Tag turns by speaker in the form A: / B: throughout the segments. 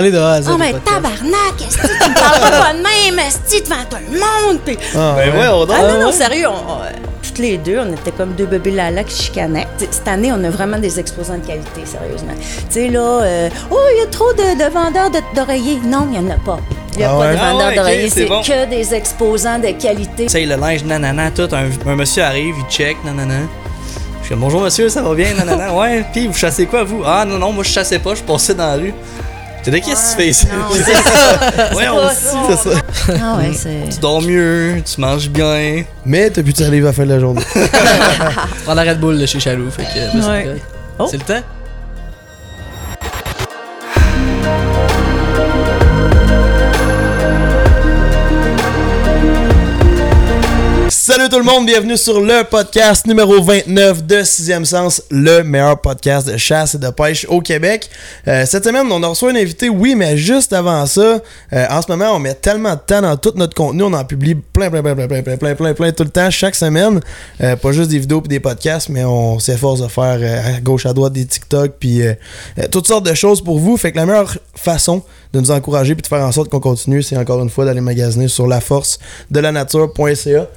A: Allez de A à Z.
B: Oh,
A: le
B: mais
A: podcast.
B: tabarnak! Est-ce que tu me parles pas de même? Est-ce devant tout le monde? Puis-
A: Ah,
C: Ben ouais, on
B: Ah non, non,
A: ouais?
B: sérieux, on- on- toutes les deux, on était comme deux bébés lala qui chicanaient. T'sais, Cette année, on a vraiment des exposants de qualité, sérieusement. Tu sais, là, euh, oh, il y a trop de, de vendeurs de- d'oreillers. Non, il n'y en a pas. Il n'y a
A: Ah
B: pas
A: ouais?
B: de
C: Ah
B: vendeurs
C: ouais, ok,
B: d'oreillers,
C: c'est
B: c'est
C: bon.
B: que des exposants de qualité.
C: Tu sais, le linge, nanana, tout. Un, un monsieur arrive, il check, nanana. Je suis comme, bonjour monsieur, ça va bien, nanana. ouais, puis vous chassez quoi, vous Ah non, non, moi je chassais pas, je passais dans la rue. Tu dis, qu'est-ce que tu fais ici
B: Non, c'est Ah, ça.
C: Ouais,
B: C'est
C: on
B: pas
C: sait, c'est ça.
B: Ah
A: Mm.
B: ouais, c'est...
C: Tu dors mieux, tu manges bien.
A: Mais t'as pu te livre à la fin de la journée.
D: Je prends la Red Bull de chez Chaloux, fait que là, c'est
B: Ouais.
D: correct.
B: Oh.
D: C'est le temps.
A: Salut tout le monde, bienvenue sur le podcast numéro 29 de Sixième Sens, le meilleur podcast de chasse et de pêche au Québec. Euh, cette semaine, on a reçu un invité, oui, mais juste avant ça, euh, en ce moment, on met tellement de temps dans tout notre contenu, on en publie plein, plein, plein, plein, plein, plein, plein, plein, plein tout le temps, chaque semaine. Euh, pas juste des vidéos puis des podcasts, mais on s'efforce de faire euh, à gauche, à droite des TikTok, puis euh, euh, toutes sortes de choses pour vous. Fait que la meilleure façon de nous encourager puis de faire en sorte qu'on continue, c'est encore une fois d'aller magasiner sur laforcedelanature.ca.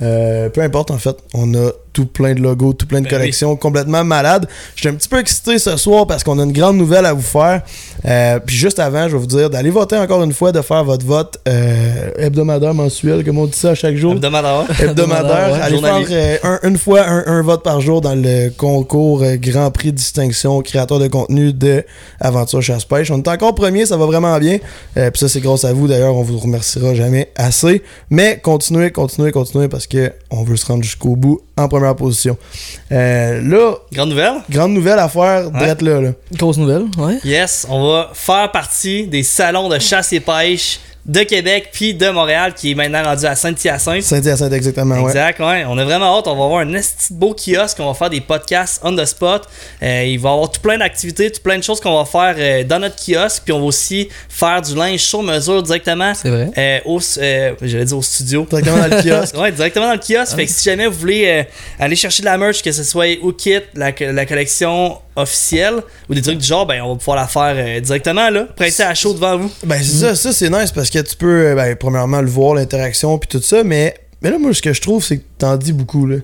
A: Euh, peu importe en fait, on a tout plein de logos, tout plein de
C: Ben
A: collections complètement malades. Je suis un petit peu excité ce soir parce qu'on a une grande nouvelle à vous faire. Euh, Puis juste avant, je vais vous dire d'aller voter encore une fois, de faire votre vote euh, hebdomadaire, mensuel, comme on dit ça à chaque jour.
C: Hebdomadaire.
A: Hebdomadaire,
D: ouais.
A: allez faire
C: Journalier.
A: euh, un- une fois un, un vote par jour dans le concours euh, Grand Prix Distinction créateur de contenu de Aventure Chasse Pêche. On est encore premier, ça va vraiment bien. Euh, Puis ça, c'est grâce à vous. D'ailleurs, on vous remerciera jamais assez. Mais continuez, continuez, continuez parce que on veut se rendre jusqu'au bout en première position. Euh, là,
C: Grande nouvelle
A: grande nouvelle à faire
C: Ouais.
A: drette là. là.
D: Grosse nouvelle, ouais.
C: Yes, on va faire partie des salons de chasse et pêche de Québec puis de Montréal qui est maintenant rendu à Saint-Hyacinthe.
A: Saint-Hyacinthe, exactement. Ah ouais.
C: Exact, ouais. On a vraiment hâte. On va avoir un esti de beau kiosque. On va faire des podcasts on the spot. Euh, il va y avoir tout plein d'activités, tout plein de choses qu'on va faire euh, dans notre kiosque. Puis on va aussi faire du linge sur mesure directement.
D: C'est vrai.
C: euh, au, euh, j'allais dire au studio.
A: Directement dans le kiosque.
C: Ouais, directement dans le kiosque. Fait que si jamais vous voulez euh, aller chercher de la merch, que ce soit au kit, la, la collection officielle ou des trucs du genre, ben on va pouvoir la faire euh, directement là, pressée à chaud devant vous.
A: Ben, c'est ça, ça c'est nice parce que tu peux, euh, ben, premièrement, le voir, l'interaction, puis tout ça, mais, mais là, moi, ce que je trouve, c'est que t'en dis beaucoup, là.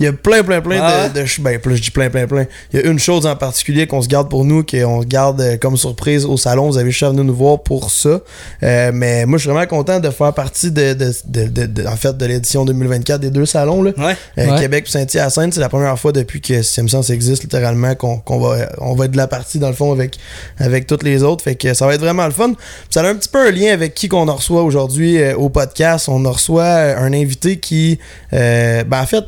A: Il y a plein, plein, plein
C: Ah
A: de, de ch- Ben, plus je dis plein, plein, plein. Il y a une chose en particulier qu'on se garde pour nous, qu'on se garde euh, comme surprise au salon. Vous avez juste à venir nous voir pour ça. Euh, mais moi, je suis vraiment content de faire partie de, de, de- de- de- en fait, de l'édition 2024 des deux salons, là.
C: Ouais.
A: Euh,
D: Ouais.
A: Québec puis Saint-Hyacinthe, c'est la première fois depuis que Sixième Sens existe littéralement qu'on qu'on va, on va être de la partie dans le fond avec, avec toutes les autres. Fait que ça va être vraiment le fun. Puis ça a un petit peu un lien avec qui qu'on en reçoit aujourd'hui euh, au podcast. On en reçoit euh, un invité qui, euh, ben en fait,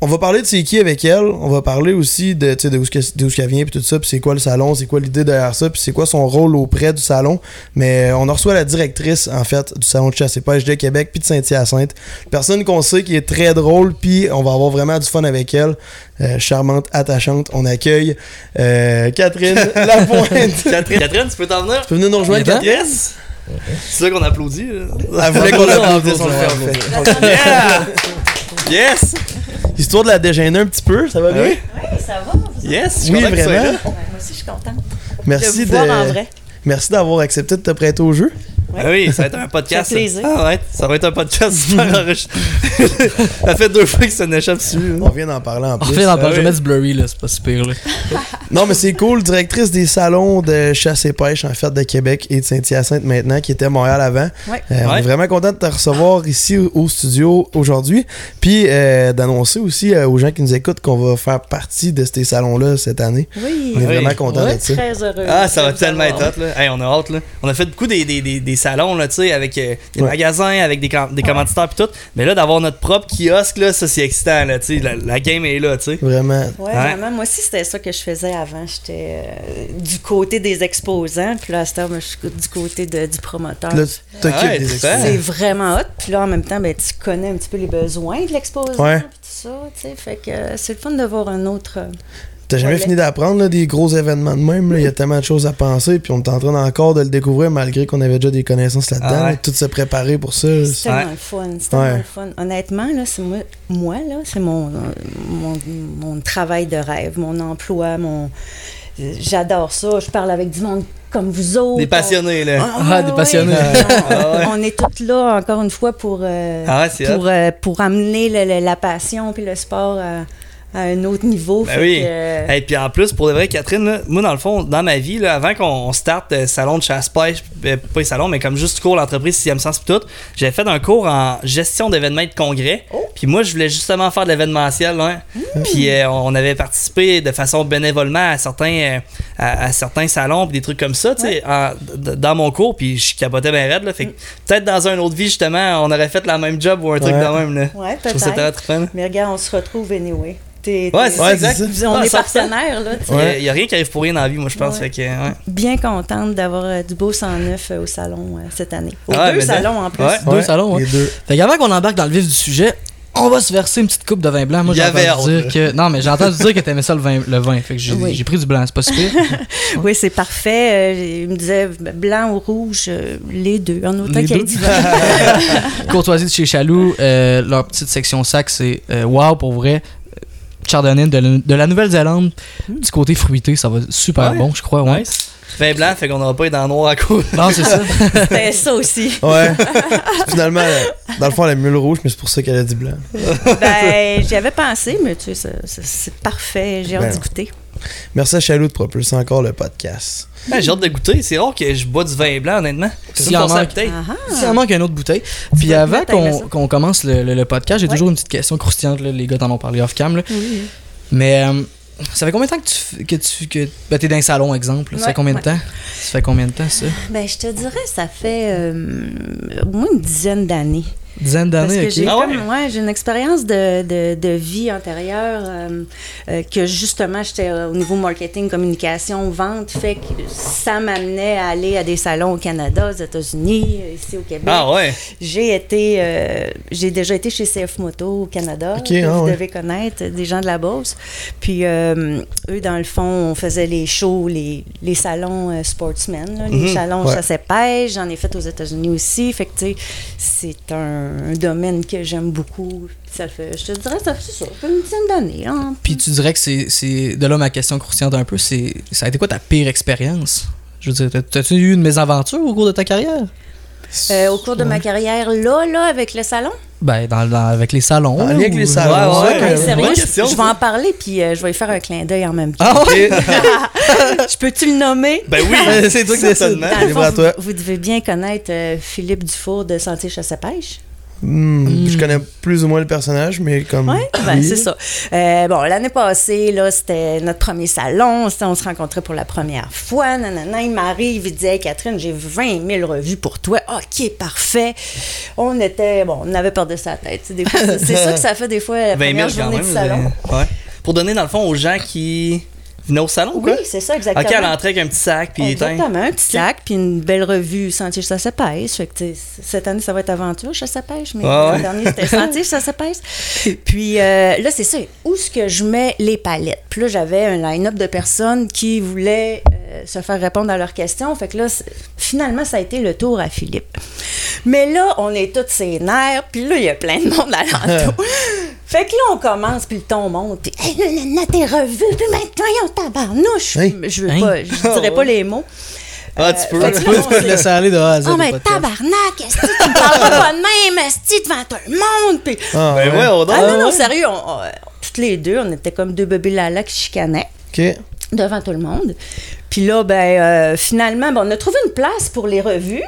A: on va parler de c'est qui avec elle. On va parler aussi de, tu sais, de où ce que- d'où ce qu'elle vient, puis tout ça, puis c'est quoi le salon, c'est quoi l'idée derrière ça, puis c'est quoi son rôle auprès du salon. Mais euh, on en reçoit la directrice, en fait, du salon de chasse et pêche de Québec, puis de Saint-Hyacinthe. Personne qu'on sait qui est très drôle, puis on va avoir vraiment du fun avec elle. Euh, charmante, attachante. On accueille euh, Catherine Lapointe. tu
C: Catherine, Catherine, tu peux t'en venir?
A: peux venir nous rejoindre,
D: Il est temps.
A: Catherine.
C: Yes! C'est là qu'on applaudit. là.
A: Elle voulait qu'on
C: Ah,
A: l'applaudisse,
D: applaudisse,
A: on
D: on
A: l'a fait.
C: Yeah! Yes!
A: Histoire de la déjeuner un petit peu, ça va bien?
C: Ah Oui,
B: Oui, ça va. Moi
C: yes, je suis
A: Oui,
C: content que tu sois
A: vraiment.
C: là.
B: aussi, je suis contente
A: Merci
B: de vous voir en
A: de,
B: vrai.
A: merci d'avoir accepté de te prêter au jeu.
B: Ouais.
C: Ah oui, ça va être un podcast.
B: Ça fait plaisir.
C: Ah ouais, ça va être un podcast super enregistré. ça fait deux fois que ça n'échappe dessus.
A: On vient d'en parler en
D: En
A: plus. Euh,
D: fait,
C: ah
D: dans je
C: ouais.
D: vais mettre du blurry, là, c'est pas si pire, là.
A: Non, mais c'est cool. Directrice des salons de chasse et pêche, en fait, de Québec et de Saint-Hyacinthe maintenant, qui était à Montréal avant.
B: Ouais.
A: Euh, On est
C: Ouais.
A: vraiment content de te recevoir ici au- au studio aujourd'hui. Puis euh, d'annoncer aussi euh, aux gens qui nous écoutent qu'on va faire partie de ces salons-là cette année.
B: Oui.
A: On est
C: Oui.
A: vraiment content
D: Ouais.
A: d'être ça.
B: Très heureuse.
C: Ah, ça
B: de
C: va
B: vous
C: tellement
B: avoir.
C: être hot, là. Hey, on a hâte, là. On a fait beaucoup des, des, des, des salons, là, tu sais, avec euh, des
A: Ouais.
C: magasins, avec des, com- des commanditaires pis tout. Mais là, d'avoir notre propre kiosque, là, ça, c'est excitant, là, tu sais. La, la game est là, tu sais.
A: Vraiment.
B: Ouais,
C: Ouais.
B: vraiment. Moi aussi, c'était ça que je faisais avant. J'étais euh, du côté des exposants. Puis là, à cette heure, moi, je suis du côté de- du promoteur.
A: Là, tu t'occupes
C: Ouais,
A: des
C: c'est
A: expos.
C: ça.
B: C'est vraiment hot. Puis là, en même temps, ben, tu connais un petit peu les besoins de l'exposant.
A: Ouais.
B: Puis tout ça, tu sais. Fait que euh, c'est le fun de voir un autre. euh,
A: T'as jamais
B: Ouais.
A: fini d'apprendre là, des gros événements de même. là. Il y a tellement de choses à penser. Puis on est en train encore de le découvrir malgré qu'on avait déjà des connaissances là-dedans.
C: Ah ouais.
A: là, Tout se préparer pour ça.
B: C'est tellement
C: Ouais.
B: le fun. C'est tellement
A: Ouais.
B: le fun. Honnêtement, là, c'est moi, moi, là, c'est mon, euh, mon, mon travail de rêve, mon emploi, mon. euh, J'adore ça. Je parle avec du monde comme vous autres.
C: Des
B: on-
C: passionnés, là.
B: Ah, ouais,
D: Ah, des
B: ouais.
D: passionnés.
C: Ah ouais.
B: on est toutes là, encore une fois, pour, euh,
C: Ah ouais, c'est
B: pour, euh, pour amener le- le- la passion puis le sport à, à un autre niveau.
C: Ben
B: Fait
C: oui.
B: que, euh,
C: Et puis en plus, pour de vrai, Catherine, là, moi dans le fond, dans ma vie, là, avant qu'on on starte euh, salon de chasse-pêche, euh, pas les salons, mais comme juste cours l'entreprise 6e sens pis tout, j'avais fait un cours en gestion d'événements et de congrès.
B: Oh.
C: Puis moi, je voulais justement faire de l'événementiel. hein.
B: Mmh.
C: Puis euh, on avait participé de façon bénévolement à certains, euh, à, à certains salons, puis des trucs comme ça, tu sais, en- d- dans mon cours. Puis je capotais bien raide. Là, fait que peut-être dans un autre vie, justement, on aurait fait la même job ou un truc
A: Ouais.
C: de même. Là.
B: Mmh. Ouais,
C: je trouve ça
B: peut-être.
C: très fun.
B: Mais regarde, on se retrouve anyway. T'es- t'es-
C: Ouais, c'est
A: Ouais,
C: ça, exact.
A: c'est
B: on
C: Ah,
B: est
C: 100%.
B: partenaires, là. tu sais.
C: Il
A: Ouais.
C: n'y a rien qui arrive pour rien dans la vie, moi, je pense.
B: Ouais.
C: Fait que, ouais.
B: Bien contente d'avoir euh, du beau 109 euh, au salon euh, cette année. Aux
C: Ah,
B: deux
C: mais ça-
B: salons en plus.
C: Ouais.
D: Deux salons,
C: hein?
A: Les
D: ouais.
A: deux.
D: Fait qu'avant qu'on embarque dans le vif du sujet, on va se verser une petite coupe de vin blanc. Moi, j'ai
C: Il y avait
D: entendu
C: honte,
D: dire que. Non, mais j'ai entendu dire que t'aimais ça le vin. Le vin. Fait que j'ai
B: Oui.
D: j'ai pris du blanc, c'est pas si pire.
B: Oui, c'est parfait. Euh, il me disait blanc ou rouge, euh, les deux, en autant
D: Les
B: qu'il y ait
D: deux.
B: du vin.
D: Courtoisie de chez Chaloux, euh, leur petite section sac, c'est euh, wow pour vrai. Euh, Chardonnay de, la- de la Nouvelle-Zélande, petit côté fruité, ça va super
C: Ouais.
D: bon, je crois. Ouais.
C: Vin blanc, fait qu'on n'aura pas été dans le noir à cause.
D: Non, c'est ça.
B: C'était ça aussi.
A: Ouais. Finalement, euh, dans le fond, elle a mis le rouge, mais c'est pour ça qu'elle a dit blanc.
B: Ben, j'y avais pensé, mais tu sais, ça- ça- c'est parfait. J'ai hâte
A: Ben.
B: d'y goûter.
A: Merci à Chaloux de propulser encore le podcast.
C: Ben, j'ai hâte de goûter. C'est rare que je bois du vin blanc, honnêtement. C'est
D: S'il
C: une
D: en
C: pensée à
D: manque.
C: bouteille.
B: Ah ah.
D: S'il en manque une autre bouteille. Puis
B: vas te
D: avant
B: mettre à aimer
D: qu'on
B: ça.
D: qu'on commence le, le- le podcast, j'ai
B: Ouais.
D: toujours une petite question croustillante, là, les gars t'en ont parlé off-cam. là.
B: Oui.
D: Mais euh, ça fait combien de temps que tu. f- que tu que, ben, t'es dans un salon, exemple. là. Ça
B: Ouais,
D: fait combien de
B: ouais.
D: temps Ça fait combien de temps, ça
B: Ben, je te dirais, ça fait euh, au moins une dizaine d'années.
D: Dizaine
B: Parce
D: d'années,
B: que
D: ok.
B: j'ai
C: Ah ouais?
B: comme- ouais, j'ai une expérience de, de- de vie antérieure euh, euh, que justement, j'étais euh, au niveau marketing, communication, vente, fait que ça m'amenait à aller à des salons au Canada, aux États-Unis, euh, ici au Québec.
C: Ah ouais.
B: J'ai été, euh, j'ai déjà été chez CF Moto au Canada,
A: Ok,
B: que
A: ah
B: vous
A: ouais.
B: devez connaître, euh, des gens de la Beauce. Puis euh, eux, dans le fond, on faisait les shows, les, les salons euh, sportsmen, là, les
C: Mhm,
B: salons
A: ouais.
B: chasse et pêche. J'en ai fait aux États-Unis aussi. Fait que, tu sais, c'est un, un domaine que j'aime beaucoup. Ça fait, je te dirais, ça fait, c'est ça, ça fait une dizaine d'années. hein.
D: Puis tu dirais que c'est- c'est. De là, ma question croustillante un peu, c'est. Ça a été quoi ta pire expérience Je veux dire, t'as- t'as-tu eu une mésaventure au cours de ta carrière
B: Euh, au cours de ma carrière, là, là, avec le salon,
D: Ben, dans, dans- avec les salons.
A: En
D: là,
A: lien avec
D: ou-
A: les salons.
C: Ouais, ouais,
A: ça,
B: Hey,
C: ouais.
A: que-
C: c'est-
B: sérieux,
C: bonne
B: je,
C: question,
B: je vais
C: ça.
B: en parler, puis euh, je vais y faire un clin d'œil en même temps.
D: Ah ouais
B: je peux-tu le nommer?
C: Ben oui. c'est toi qui certainement.
B: Dans le
A: Libre à
B: fond,
A: toi.
B: vous, vous devez bien connaître euh, Philippe Dufour de Sentier Chasse à Pêche.
A: Hmm, Je connais plus ou moins le personnage, mais comme.
B: Ouais, ben,
A: Mm. Oui.
B: c'est ça. Euh, bon, l'année passée, là, c'était notre premier salon. c'était- On se rencontrait pour la première fois. Nanana, il m'arrive, il dit Hey, Catherine, j'ai 20 000 revues pour toi. OK, parfait. On était, bon, on avait peur de sa tête. C'est des fois, c'est- c'est ça que ça fait des fois la
C: 20
B: première
C: 000 quand
B: journée
C: même.
B: du salon.
C: euh, Ouais. Pour donner, dans le fond, aux gens qui venaient au salon,
B: Oui,
C: quoi.
B: c'est ça,
C: Ok,
B: exactement.
C: elle entrait avec un petit sac, puis éteint.
B: Exactement, un petit sac, puis une belle revue Sentier ça se pêche. Fait que, tu sais, cette année, ça va être aventure, ça se pêche, mais
C: Ouais,
B: l'an
C: ouais.
B: dernier, c'était Sentier ça se pêche. Puis euh, là, c'est ça, où est-ce que je mets les palettes? Puis là, j'avais un line-up de personnes qui voulaient euh, se faire répondre à leurs questions. Fait que là, c'est- finalement, ça a été le tour à Philippe. Mais là, on est tous ses nerfs, puis là, il y a plein de monde alentour. Fait que là, on commence, puis le ton monte, puis hey, là, là, là, t'es revu, puis maintenant, on tabarnouche.
A: Hey.
B: Je veux
D: Hein?
B: pas, je dirais pas les mots.
C: Ah, tu peux.
B: Fait
D: Tu
B: que
D: peux
B: là,
D: tu
B: on
D: peux te
B: s'est-
D: laisser aller de A à Z.
B: ah,
D: au
B: mais
D: podcast.
B: tabarnak, est-ce que tu me parleras pas de même, est-ce que devant tout le monde? Puis, ah,
A: Ah,
C: Ben ouais, on dort.
B: non, non, sérieux, on- on- toutes les deux, on était comme deux bébés lala qui chicanaient
A: Ok.
B: devant tout le monde. Puis là, ben, euh, finalement, ben, on a trouvé une place pour les revues.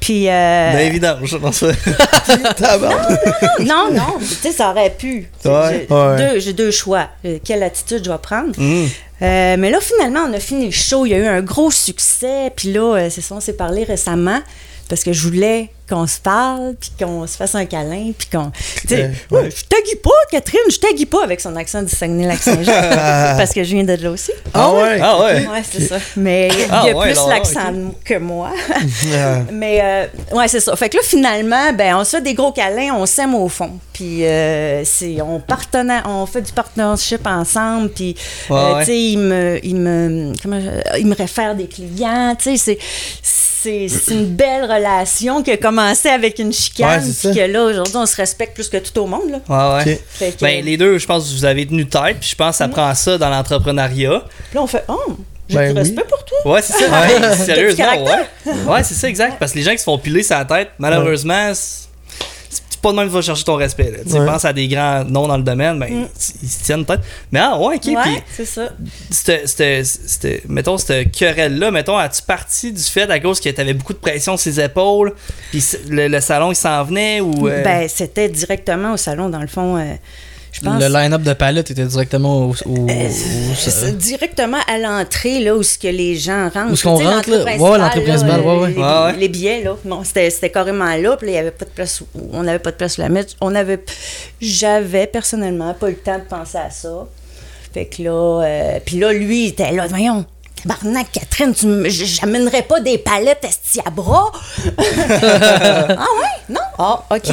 B: Puis. euh,
C: Ben évident, je pense. ça.
A: Tabarnak.
B: non, non, tu sais, ça aurait pu.
A: Ouais,
B: J'ai
A: ouais. Mm.
B: deux, j'ai deux choix. Euh, Quelle attitude je vais prendre? Euh, mais là, finalement, on a fini le show. Il y a eu un gros succès. Puis là, euh, c'est ça, on s'est parlé récemment parce que je voulais qu'on se parle, puis qu'on se fasse un câlin, puis qu'on... Tu sais,
A: Ouais,
B: ouais, je t'agui pas, Catherine, je t'agui pas avec son accent du Saguenay-Lac-Saint-Jean, parce que je viens de là aussi.
A: Ah ouais.
C: Ah ouais.
B: Ouais, c'est ça. Mais il y a
C: Ah ouais,
B: plus
C: alors,
B: l'accent que moi.
A: Ah.
B: Mais euh, ouais, c'est ça. Fait que là, finalement, ben, on se fait des gros câlins, on s'aime au fond. Puis euh, c'est- on, partena- on fait du partnership ensemble. Puis
C: Ouais,
B: euh,
C: ouais.
B: tu sais, il me, il me, comment je- il me réfère des clients. Tu sais, c'est- c'est c'est une belle relation qui a commencé avec une
A: Ouais,
B: chicane.
A: c'est
B: puis
A: ça.
B: que là, aujourd'hui, on se respecte plus que tout au monde. Là.
C: Ouais, ouais.
A: Ok.
B: Fait que, Mm.
C: Ben, les deux, je pense que vous avez tenu tête, puis je pense que ça prend ça dans l'entrepreneuriat.
B: Puis là, on fait, oh, J'ai
A: Ben
B: du
A: oui.
B: respect pour toi.
C: Ouais, c'est ça. Ouais, sérieusement,
B: Du
C: ouais. Ouais, c'est ça, exact. Parce que les gens qui se font piler sa tête, malheureusement, c'est c'est pas de même que tu vas chercher ton respect. là. Tu sais,
A: Ouais.
C: pense à des grands noms dans le domaine, ben, ils se tiennent peut-être. Mais ah, ouais, ok. Puis,
B: ouais, c'est ça.
C: c'était- c'était- c'était- mettons, cette querelle-là, mettons, as-tu parti du fait à cause que t'avais beaucoup de pression sur ses épaules, puis c- le, le salon, il s'en venait ou. euh,
B: Ben, c'était directement au salon, dans le fond. euh, je pense.
D: Le line-up de palette était directement au. au-
B: Euh,
D: au-
B: Ben, C'est directement à l'entrée, là, où ce que les gens rentrent.
D: Où ce qu'on
B: Tu sais,
D: rentre, là.
B: l'entrée
D: Ouais, ouais, l'entrée
B: principale,
D: principale,
B: là,
D: ouais, ouais.
B: Les,
C: Ouais, ouais.
B: les billets, là. Bon, c'était, c'était carrément là, puis là, il y avait pas de place, où- on n'avait pas de place où la mettre. On avait, j'avais personnellement pas eu le temps de penser à ça. Fait que là, euh, puis là, lui, il était là, voyons. Barnac, Catherine, tu me- j- j'amènerais pas des palettes esti à bras. ah ouais? Non? Ah, OK.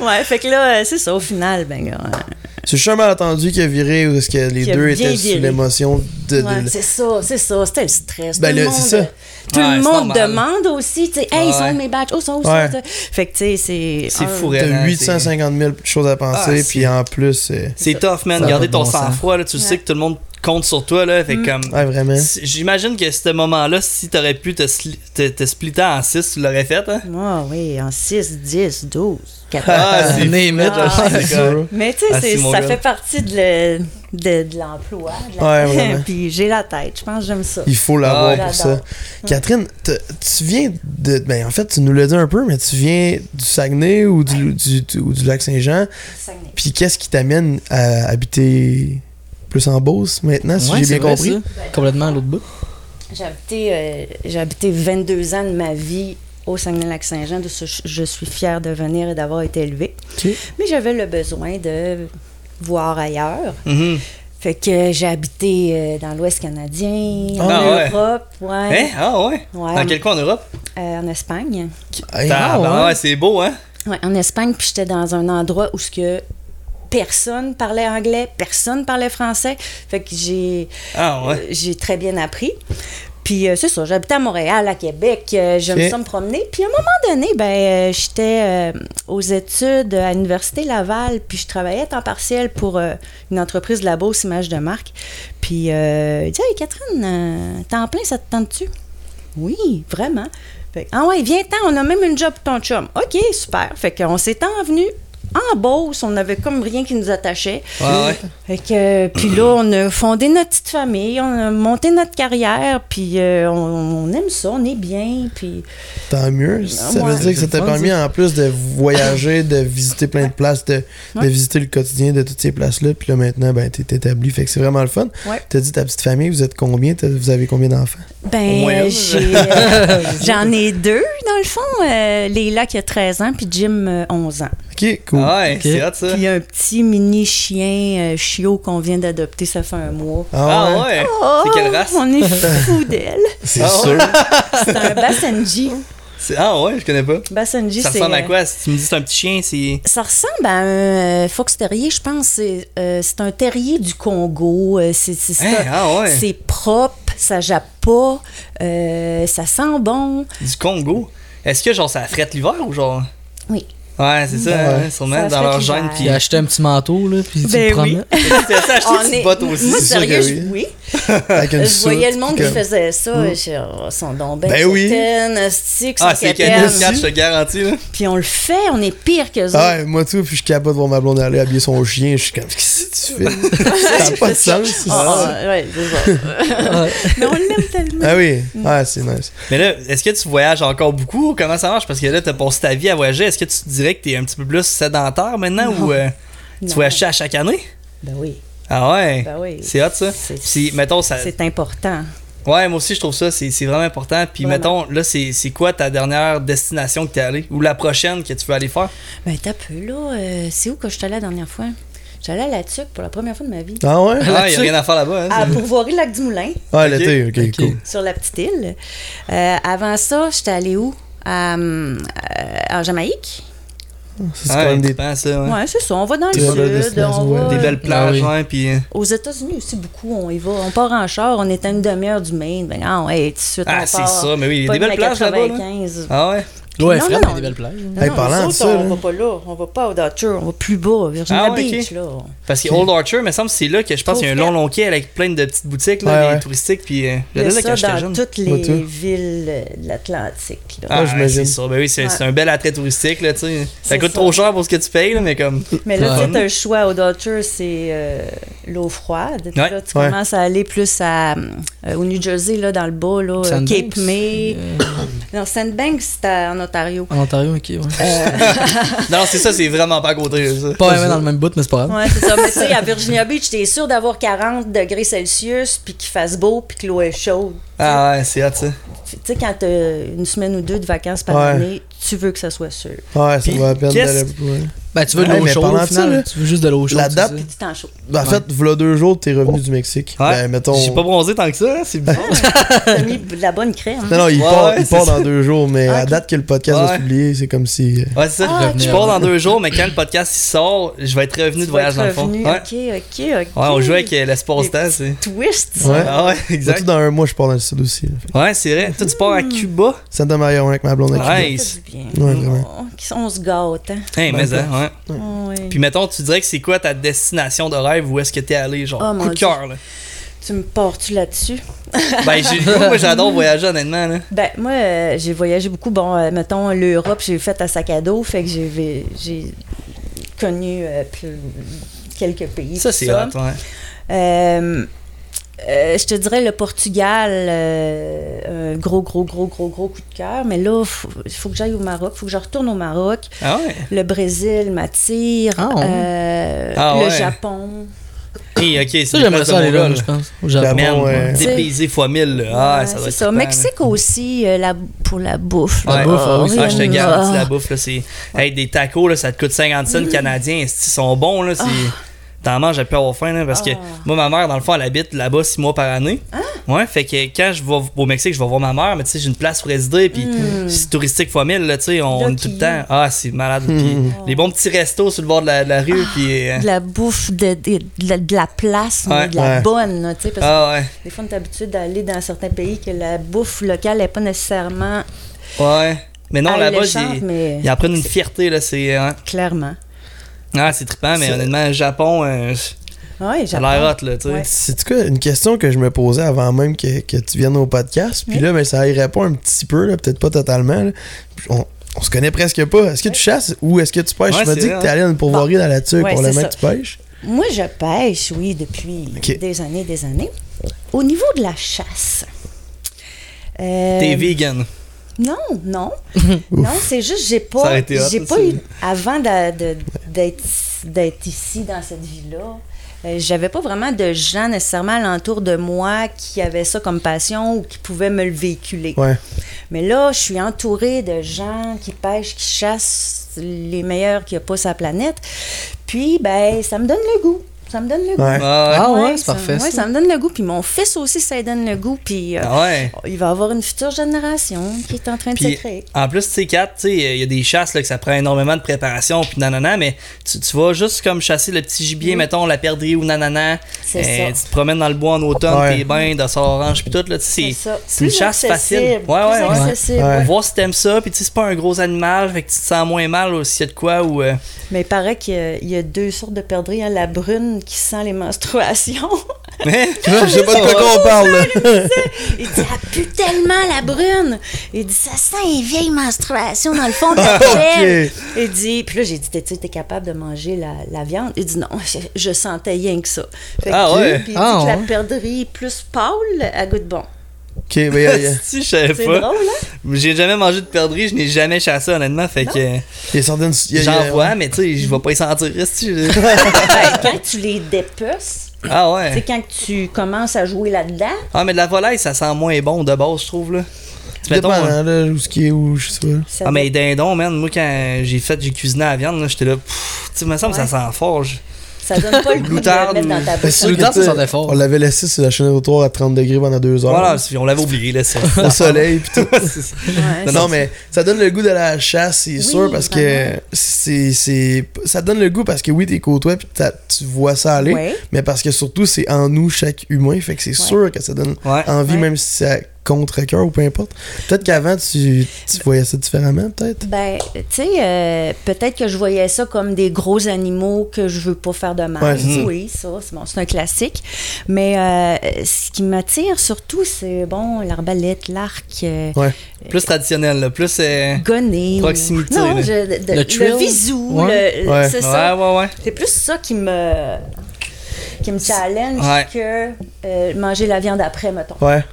B: ouais, fait que là, euh, c'est ça, au final, ben, gars, euh,
A: C'est juste un malentendu qui a viré où est-ce que les
B: Qui a
A: deux
B: bien
A: étaient sous
B: viré.
A: l'émotion de, de-
B: Ouais, c'est ça, c'est ça. C'était le stress.
A: Ben
B: tout
A: là,
B: le monde,
A: c'est ça.
B: Tout
C: Ouais,
B: le
C: c'est
B: monde
C: normal.
B: demande aussi, tu sais, hey, ils
C: Ouais.
B: sont mes badges, oh, ça, oh,
A: Ouais.
B: ça, ça. Fait que, tu sais, c'est.
C: C'est
B: ah,
C: fou,
A: de
C: Renan,
A: 850 000 choses à penser,
C: Ah,
A: puis en plus, c'est.
C: C'est c'est tough, man.
D: Ça a
C: Garder
D: pas de
C: ton
D: bon sens.
C: sang-froid, là, tu le sais
B: Ouais.
C: que tout le monde compte sur toi, là. Fait comme.
A: Ouais, vraiment.
C: si- J'imagine que ce moment-là, si t'aurais pu te, sli- te, te splitter en 6, tu l'aurais fait, hein?
B: Moi, oui, en 6, 10, 12, 14.
C: Ah, c'est
D: Name it,
B: Ah.
C: C'est correct.
B: Mais tu sais,
C: Ah,
B: c'est-
C: si, mon
B: ça
C: gars.
B: fait partie de, le- de, de l'emploi. de la-
A: Ouais, vraiment.
B: Puis j'ai la tête, je pense que j'aime ça.
A: Il faut l'avoir
C: Ah,
A: pour ça.
B: j'adore.
A: Catherine, te- tu viens de. Ben, en fait, tu nous l'as dit un peu, mais tu viens du Saguenay ou du, du- du- ou du lac Saint-Jean.
B: Saguenay.
A: Puis qu'est-ce qui t'amène à habiter plus en Beauce maintenant, si
D: Ouais,
A: j'ai
D: c'est
A: bien
D: vrai,
A: compris?
D: ça. Complètement à l'autre bout.
B: J'ai habité, euh, j'ai habité 22 ans de ma vie au Saguenay-Lac-Saint-Jean. De ce, je suis fière de venir et d'avoir été élevée.
A: Ok.
B: Mais j'avais le besoin de voir ailleurs.
C: Mhm.
B: Fait que j'ai habité euh, dans l'Ouest canadien, en
C: Ah ouais.
B: Europe, ouais,
C: Hein? Ah ouais?
B: Ouais.
C: Dans quel coin en Europe?
B: euh, en Espagne.
A: Hey,
C: Ah,
A: ah, ouais.
C: ouais, c'est beau, hein?
B: Ouais, en Espagne, puis j'étais dans un endroit où ce que personne parlait anglais, personne parlait français. Fait que j'ai
C: Ah ouais.
B: euh, j'ai très bien appris. Puis euh, c'est ça, j'habitais à Montréal, à Québec, euh, j'aime
A: Ok.
B: ça me promener. Puis à un moment donné, ben, euh, j'étais euh, aux études à l'Université Laval, puis je travaillais à temps partiel pour euh, une entreprise de la Beauce Image de marque. Puis euh, il dit Hey Catherine, euh, temps plein, ça te tente-tu Oui, vraiment. Fait que, ah ouais, viens-t'en, on a même une job pour ton chum. OK, super. Fait qu'on s'est envenu en Beauce, on avait comme rien qui nous attachait.
C: Ah Ouais,
A: Ah
C: ouais.
B: Fait que, euh, puis là, on a fondé notre petite famille, on a monté notre carrière, puis euh, on, on aime ça, on est bien, puis
A: Tant mieux. Ça
B: Ah, ouais.
A: veut dire que ça
D: C'est
A: t'a
D: le fun,
A: permis en plus de voyager, de visiter plein de places, de, de
B: Ouais.
A: visiter le quotidien de toutes ces places-là. Puis là, maintenant, ben, t'es établi. Fait que c'est vraiment le fun.
B: Ouais.
A: T'as dit ta petite famille, vous êtes combien? T'as- Vous avez combien d'enfants?
B: ben
C: moins
B: euh,
C: une.
B: j'ai, euh, j'en ai deux dans le fond, euh, Leila qui a 13 ans puis Jim euh, 11 ans.
A: Ok, cool.
C: Ah ouais,
D: Ok.
C: c'est hot ça.
B: Puis un petit mini chien euh, chiot qu'on vient d'adopter, ça fait un mois.
C: Ah ouais.
B: Oh!
C: C'est quelle race?
B: On est fou d'elle.
A: C'est
C: Ah
A: sûr.
B: C'est un Basenji.
C: C'est- Ah ouais, je connais pas.
B: Basenji,
C: Ça
B: c'est
C: ressemble à
B: euh,
C: quoi si tu me dis c'est un petit chien, c'est
B: Ça ressemble à un euh, fox terrier, je pense. C'est euh, c'est un terrier du Congo. euh, c'est c'est
C: Hein,
B: ça.
C: ah ouais.
B: C'est propre, ça jappe pas, euh, ça sent bon.
C: du Congo. Est-ce que genre ça frette l'hiver ou genre
B: Oui.
C: Ouais, c'est ça,
A: Ouais.
C: hein, sûrement
B: Ça
C: dans leur
B: frette
C: gène
B: l'hiver.
C: puis
D: Puis acheter un petit manteau, là, puis tu
B: Ben
D: le prends
B: oui.
D: là.
C: tu as acheté
B: On
C: une petite
B: est-
C: botte aussi.
B: Ah, Moi,
A: c'est sûr que
B: sérieux,
A: oui.
B: je- oui.
A: Avec une
B: Je voyais
A: soute,
B: le monde
A: puis
B: qui
A: comme-
B: faisait ça. Je, oh, son don ben,
A: Ben oui.
B: quétaine, stick,
C: Ah,
B: son
C: c'est
B: quétaine.
C: Canyon Cat, je te garantis là.
B: Puis on le fait, on est pire que ça.
A: Ah, ouais, moi tout, puis je capote voir ma blonde aller habiller son chien. Je suis comme, qu'est-ce que tu fais? Ça n'a pas de sens.
B: Ah, ah, ouais, c'est ça. Mais on l'aime tellement.
A: Ah oui, ah, c'est nice.
C: Mais là, est-ce que tu voyages encore beaucoup ou comment ça marche parce que là t'as passé ta vie à voyager, est-ce que tu te dirais que t'es un petit peu plus sédentaire maintenant ou euh, tu
B: Non.
C: voyages à chaque année
B: Ben oui,
C: Ah ouais.
B: ben oui.
C: C'est hot ça.
B: C'est-
C: Puis mettons ça
B: C'est important.
C: Ouais, moi aussi, je trouve ça, c'est c'est vraiment important. Puis,
B: Vraiment.
C: mettons, là, c'est c'est quoi ta dernière destination que t'es allé Ou la prochaine que tu veux aller faire?
B: Ben, t'as peu, là. euh, c'est où que je suis allée la dernière fois? J'allais à la TUC pour la première fois de ma vie.
A: Ah ouais?
C: Ah, y a rien à faire là-bas. hein,
B: À
C: c'est-
B: Pourvoirie-Lac-du-Moulin,
A: Ah,
C: Ok.
A: l'été, ok,
D: Ok.
A: cool.
B: sur la petite île. Euh, avant ça, j'étais allée où? À, euh, en Jamaïque?
A: C'est
C: Ouais,
A: quand même des.
C: dépend, ça, ouais.
B: Ouais, c'est ça. On va dans le
A: Des belles
B: sud,
A: destinations,
B: on va
A: ouais.
C: Des belles plages,
D: Ah oui.
C: ouais, puis. euh,
B: aux États-Unis aussi beaucoup. On y va, on part en char, on est à une demi-heure du Maine. Ben non, hey, tout de suite,
C: Ah,
B: on
C: c'est
B: part.
C: ça, mais oui, il y a
B: Pas
C: des belles
B: de hein. la
C: plages là-bas, là.
B: 95.
C: Ah ouais?
B: Puis
D: ouais,
B: non,
D: Fred,
B: non,
D: il y a
B: non.
D: des belles plages. hein.
B: Non,
A: Hey,
B: non,
A: parlant
B: nous
A: de
B: autres,
A: ça,
B: on
A: là.
B: va pas là, on va pas au Dodger, on va plus bas, Virginia
C: Ah ouais, ok.
B: Beach, là.
C: Parce que Old Archer, me semble, c'est là que je pense
B: Trop
C: qu'il y a un
B: frais.
C: long long quai avec plein de petites boutiques
A: Ouais,
C: là, des
A: ouais.
C: touristiques. Puis
B: Il
C: euh,
B: y a
C: j'allais là
B: ça
C: quand j'étais
B: dans
C: jeune.
B: toutes les
A: Moi, tout.
B: villes euh, de l'Atlantique. là.
C: Ah,
A: Ouais,
C: ouais,
A: j'imagine.
C: c'est ça. Ben oui, c'est
B: Ouais.
C: c'est un bel attrait touristique. Là, tu sais. ça
B: C'est
C: coûte
B: ça.
C: trop cher pour ce que tu payes, là, mais comme.
B: Mais là,
D: Ouais.
B: tu as le choix au Dodger, c'est euh, l'eau froide. Puis
C: Ouais.
B: Là, tu
A: Ouais.
B: commences à aller plus à, euh, au New Jersey, là, dans le bas, là, euh,
D: Sandbanks,
B: Cape May.
D: euh,
B: Non, Sandbanks, c'était en Ontario.
D: en Ontario, ok, ouais.
C: Non, c'est ça, c'est vraiment pas à côté. là, ça.
D: Pas vraiment dans le même bout, mais c'est
C: Ah
D: pas grave.
B: Ouais, c'est ça. Mais tu sais, à Virginia Beach, t'es sûr d'avoir 40 degrés Celsius, puis qu'il fasse beau, puis que l'eau est chaude.
C: Ah ouais, c'est hot, ça.
B: Tu sais, quand t'as une semaine ou deux de vacances par
A: Ouais.
B: année, tu veux que ça soit sûr.
A: Ah Ouais, ça
C: Puis,
A: vaut la peine
C: qu'est-ce-
A: d'aller plus loin.
D: Ben, tu veux de
A: Ouais,
D: l'eau
A: mais
D: chaude
A: parlant
D: au
A: de ça,
D: final.
A: là,
D: tu veux juste de l'eau chaude.
A: la
D: c'est
A: date-
D: ça.
B: Tu t'en chaud.
A: Ben, en
D: Ouais.
A: fait, v'là deux jours, t'es revenu du Mexique.
C: Ouais.
A: Ben, mettons.
C: J'ai pas bronzé tant que ça, hein, c'est bizarre.
B: T'as mis de la bonne crème.
A: Non, non, il
C: Ouais,
A: part,
C: ouais,
A: il
C: c'est
A: part
C: ça.
A: dans deux jours, mais à
B: ok.
A: date que le podcast va
C: Ouais.
A: se publier, c'est comme si. euh,
C: Ouais, c'est ça.
B: Ah,
D: ok.
C: Je pars dans deux jours, mais quand le podcast il sort, je vais être revenu
B: Tu
C: de
B: vas
C: voyage
B: être
C: dans le fond.
B: revenu.
C: Ouais. ouais,
B: Ok, ok, ok.
C: on joue avec euh, l'espace-temps, c'est.
B: Twist. ça.
A: Ouais.
C: Ah ouais,
A: Surtout
C: exact.
A: dans un mois, je pars dans le sud aussi. là.
C: Ouais, c'est vrai. Toi, tu pars à Cuba.
A: Santa Maria, ouais, avec ma blonde à Cuba.
B: Ça
C: Nice.
B: fait du bien.
A: Ouais, vraiment.
B: Oh, qu'ils sont- on se gâte, hein. Oh,
C: Hey, mais hein, ouais.
B: Ouais.
C: Puis mettons, tu dirais que c'est quoi ta destination de rêve où est-ce que t'es allé, genre
B: Oh, mon
C: coup de
B: Dieu.
C: cœur là.
B: Tu me pars-tu là-dessus?
C: ben j'ai le goût, moi j'adore voyager honnêtement là.
B: Ben, moi, euh, j'ai voyagé beaucoup. Bon, euh, mettons, l'Europe, j'ai fait à sac à dos, fait que j'ai vi- j'ai connu euh, plus- quelques pays.
C: Ça
B: tout
C: c'est hot, ouais.
B: Euh, euh, je te dirais le Portugal, euh, un gros, gros, gros, gros, gros coup de cœur. Mais là, il faut, faut que j'aille au Maroc, il faut que je retourne au Maroc.
C: Ah ouais.
B: Le Brésil m'attire,
D: Ah ouais.
B: euh,
C: Ah
B: le
C: ouais.
B: Japon.
C: Hey, ok,
D: Ça,
C: c'est
D: j'aimerais ça aller là,
C: là.
D: je pense. Au
A: Japon.
D: Japon.
C: Merde,
A: Bon, ouais.
C: dépaysé fois mille là. Ah,
B: Ouais,
C: ça doit
B: c'est
C: être
B: ça.
C: trippant, là.
B: Mexique aussi, euh, la, pour la bouffe.
C: Ouais.
D: La bouffe, ah oui,
C: Ah, je te
B: Rien de-
C: garantis, la
B: Ah. Mm.
C: bouffe, là, c'est. Hey, des tacos, là, ça te coûte 50 cents canadiens. Ils sont bons, là. c'est- T'en manges à plus avoir faim, là, parce que
B: Ah.
C: moi, ma mère, dans le fond, elle habite là-bas six mois par année. Ouais, fait que quand je vais au Mexique, je vais voir ma mère, mais tu sais, j'ai une place pour résider, puis
B: Mm.
C: c'est touristique fois mille, là, tu sais, on, on est tout le
B: Lucky.
C: temps. Ah, c'est malade.
D: Mm.
C: Puis
B: Oh.
C: les bons petits restos sur le bord de la, de la
B: Ah.
C: rue, puis. euh,
B: de la bouffe, de, de- de la- de la place, mais
C: Ouais.
B: de la
A: Ouais.
B: bonne. là, tu sais, parce que
C: Ah, ouais.
B: des fois, on est habitué d'aller dans certains pays que la bouffe locale n'est pas nécessairement
C: Ouais. Mais non,
B: à
C: là-bas,
B: alléchante,
C: j'ai.
B: mais
C: Ils en prennent une fierté, là, c'est. hein.
B: clairement.
C: Ah, c'est trippant, mais honnêtement, le Japon, euh,
B: Oui,
C: ça a l'air hot, là, tu sais.
B: Ouais.
A: C'est quoi une question que je me posais avant même que, que tu viennes au podcast. Puis
B: Oui.
A: là, ben, ça y répond un petit peu, là, peut-être pas totalement. là. Puis On, on se connaît presque pas. Est-ce que tu chasses ou est-ce que tu pêches?
C: Ouais,
A: je me
C: c'est
A: dis
C: vrai, hein.
A: que t'es allé dans une pourvoirie dans la tuque
B: Ouais,
A: pour le
B: c'est
A: mec que tu pêches.
B: Moi, je pêche, oui, depuis
A: Ok.
B: des années des années. Au niveau de la chasse. euh,
C: T'es vegan.
B: Non, non. non, c'est juste j'ai
C: Ça aurait
B: pas
C: été hot,
B: j'ai pas
C: ça, c'est-
B: eu avant d'a- de- d'être d'être ici dans cette vie là. J'avais pas vraiment de gens nécessairement alentour de moi qui avaient ça comme passion ou qui pouvaient me le véhiculer.
A: Ouais.
B: Mais là, je suis entourée de gens qui pêchent, qui chassent les meilleurs qu'il n'y a pas sur la planète. Puis, ben, ça me donne le goût. Ça me donne le goût.
A: Ouais.
C: Ah,
D: Ah ouais, c'est
B: ça-
D: parfait.
B: ouais,
D: ça.
B: ça me donne le goût. Puis mon fils aussi, ça lui donne le goût. Puis euh,
C: ah ouais.
B: il va avoir une future génération qui est en train de
C: Puis,
B: se créer.
C: en plus, tu sais, Kat, tu sais, il y a des chasses là, que ça prend énormément de préparation, puis nanana, mais tu, tu vas juste comme chasser le petit gibier, mettons, la perdrix ou nanana.
B: Mm.
C: Euh,
B: C'est ça.
C: Tu te promènes dans le bois en automne,
A: Ouais.
C: t'es bains, dans son orange, puis tout, là, tu sais,
B: C'est ça.
C: c'est une
B: Plus
C: chasse facile.
B: accessible,
C: Ouais,
B: plus
C: ouais, ouais.
B: accessible.
A: Ouais.
C: Pour voir si t'aimes ça, puis tu sais, c'est pas un gros animal, fait que tu te sens moins mal aussi s'il y a de quoi ou. euh,
B: Mais il paraît qu'il y a- il y, a deux sortes de perdrix. hein. La brune qui sent les menstruations.
C: Mais.
A: je sais pas de
C: Oh,
A: quoi qu'on parle. là.
B: il dit, elle pue tellement la brune. Il dit, ça sent les vieilles menstruations dans le fond de
C: Ah,
B: la pelle.
A: Ok.
B: Il dit, puis là, j'ai dit, t'es-tu t'es capable de manger la, la viande? Il dit, non, je, je sentais rien que ça. Fait
C: Ah
B: que,
C: ouais?
B: Puis il
D: Ah
B: dit que
D: ouais.
B: la perdrix plus pâle, elle goûte bon.
A: Ok, ben, y a- y a-
C: si, je savais
B: C'est
C: pas.
B: drôle, hein?
C: J'ai jamais mangé de perdrix, je n'ai jamais chassé, honnêtement, fait que.
A: y a certaines. y a- y a-
C: J'en vois, mais tu sais, je vais pas y sentir. esti, je-
B: Ben, quand tu les dépeces,
C: ah
B: tu sais,
C: ouais.
B: quand tu commences à jouer là-dedans,
C: Ah, mais de la volaille, ça sent moins bon de base, je trouve, là. Tu mettons,
A: Dépendant,
C: euh,
A: là, où ce qui est, où je sais pas.
B: ça
C: Ah, mais les dindons, man, moi, quand j'ai fait, j'ai cuisiné la viande, là, j'étais là, pfff, tu sais, me semble, que ça
B: Ouais.
C: sent fort. je-
B: Ça donne pas le goût de
C: Gloutarde,
B: le mettre dans ta
A: Ben,
B: bouche.
A: c'est
D: le
A: que,
D: temps,
A: tu sais,
D: ça sentait fort.
A: On l'avait laissé sur la chaîne de retour à 30 degrés pendant deux heures.
C: Voilà, on l'avait oublié, là, ça.
A: Au soleil, pis tout.
B: Ouais.
A: Non, non, mais ça donne le goût de la chasse, c'est sûr, parce que c'est, c'est. Ça donne le goût parce que oui, t'es côtoie pis t'as- tu vois ça aller,
B: Ouais.
A: mais parce que surtout, c'est en nous, chaque humain, fait que c'est sûr que ça donne
C: Ouais.
A: envie,
B: Ouais.
A: même si ça contre-cœur ou peu importe. Peut-être qu'avant, tu, tu voyais ça différemment, peut-être.
B: Ben, tu sais, euh, peut-être que je voyais ça comme des gros animaux que je veux pas faire de mal.
A: Ouais, c'est ça.
B: oui, ça, c'est bon, c'est un classique. Mais euh, ce qui m'attire surtout, c'est, bon, l'arbalète, l'arc, euh,
A: Ouais.
C: Plus traditionnel, là, plus. euh,
B: gonner.
C: Proximité,
B: Non,
C: là.
B: je- de- de-
D: Le
B: le,
D: thrill.
B: visou.
D: Ouais.
B: le-
A: Ouais.
B: C'est
C: Ouais,
B: ça.
C: ouais, ouais.
B: C'est plus ça qui me, qui me challenge
C: Ouais.
B: que euh, manger la viande après, mettons.
A: Ouais.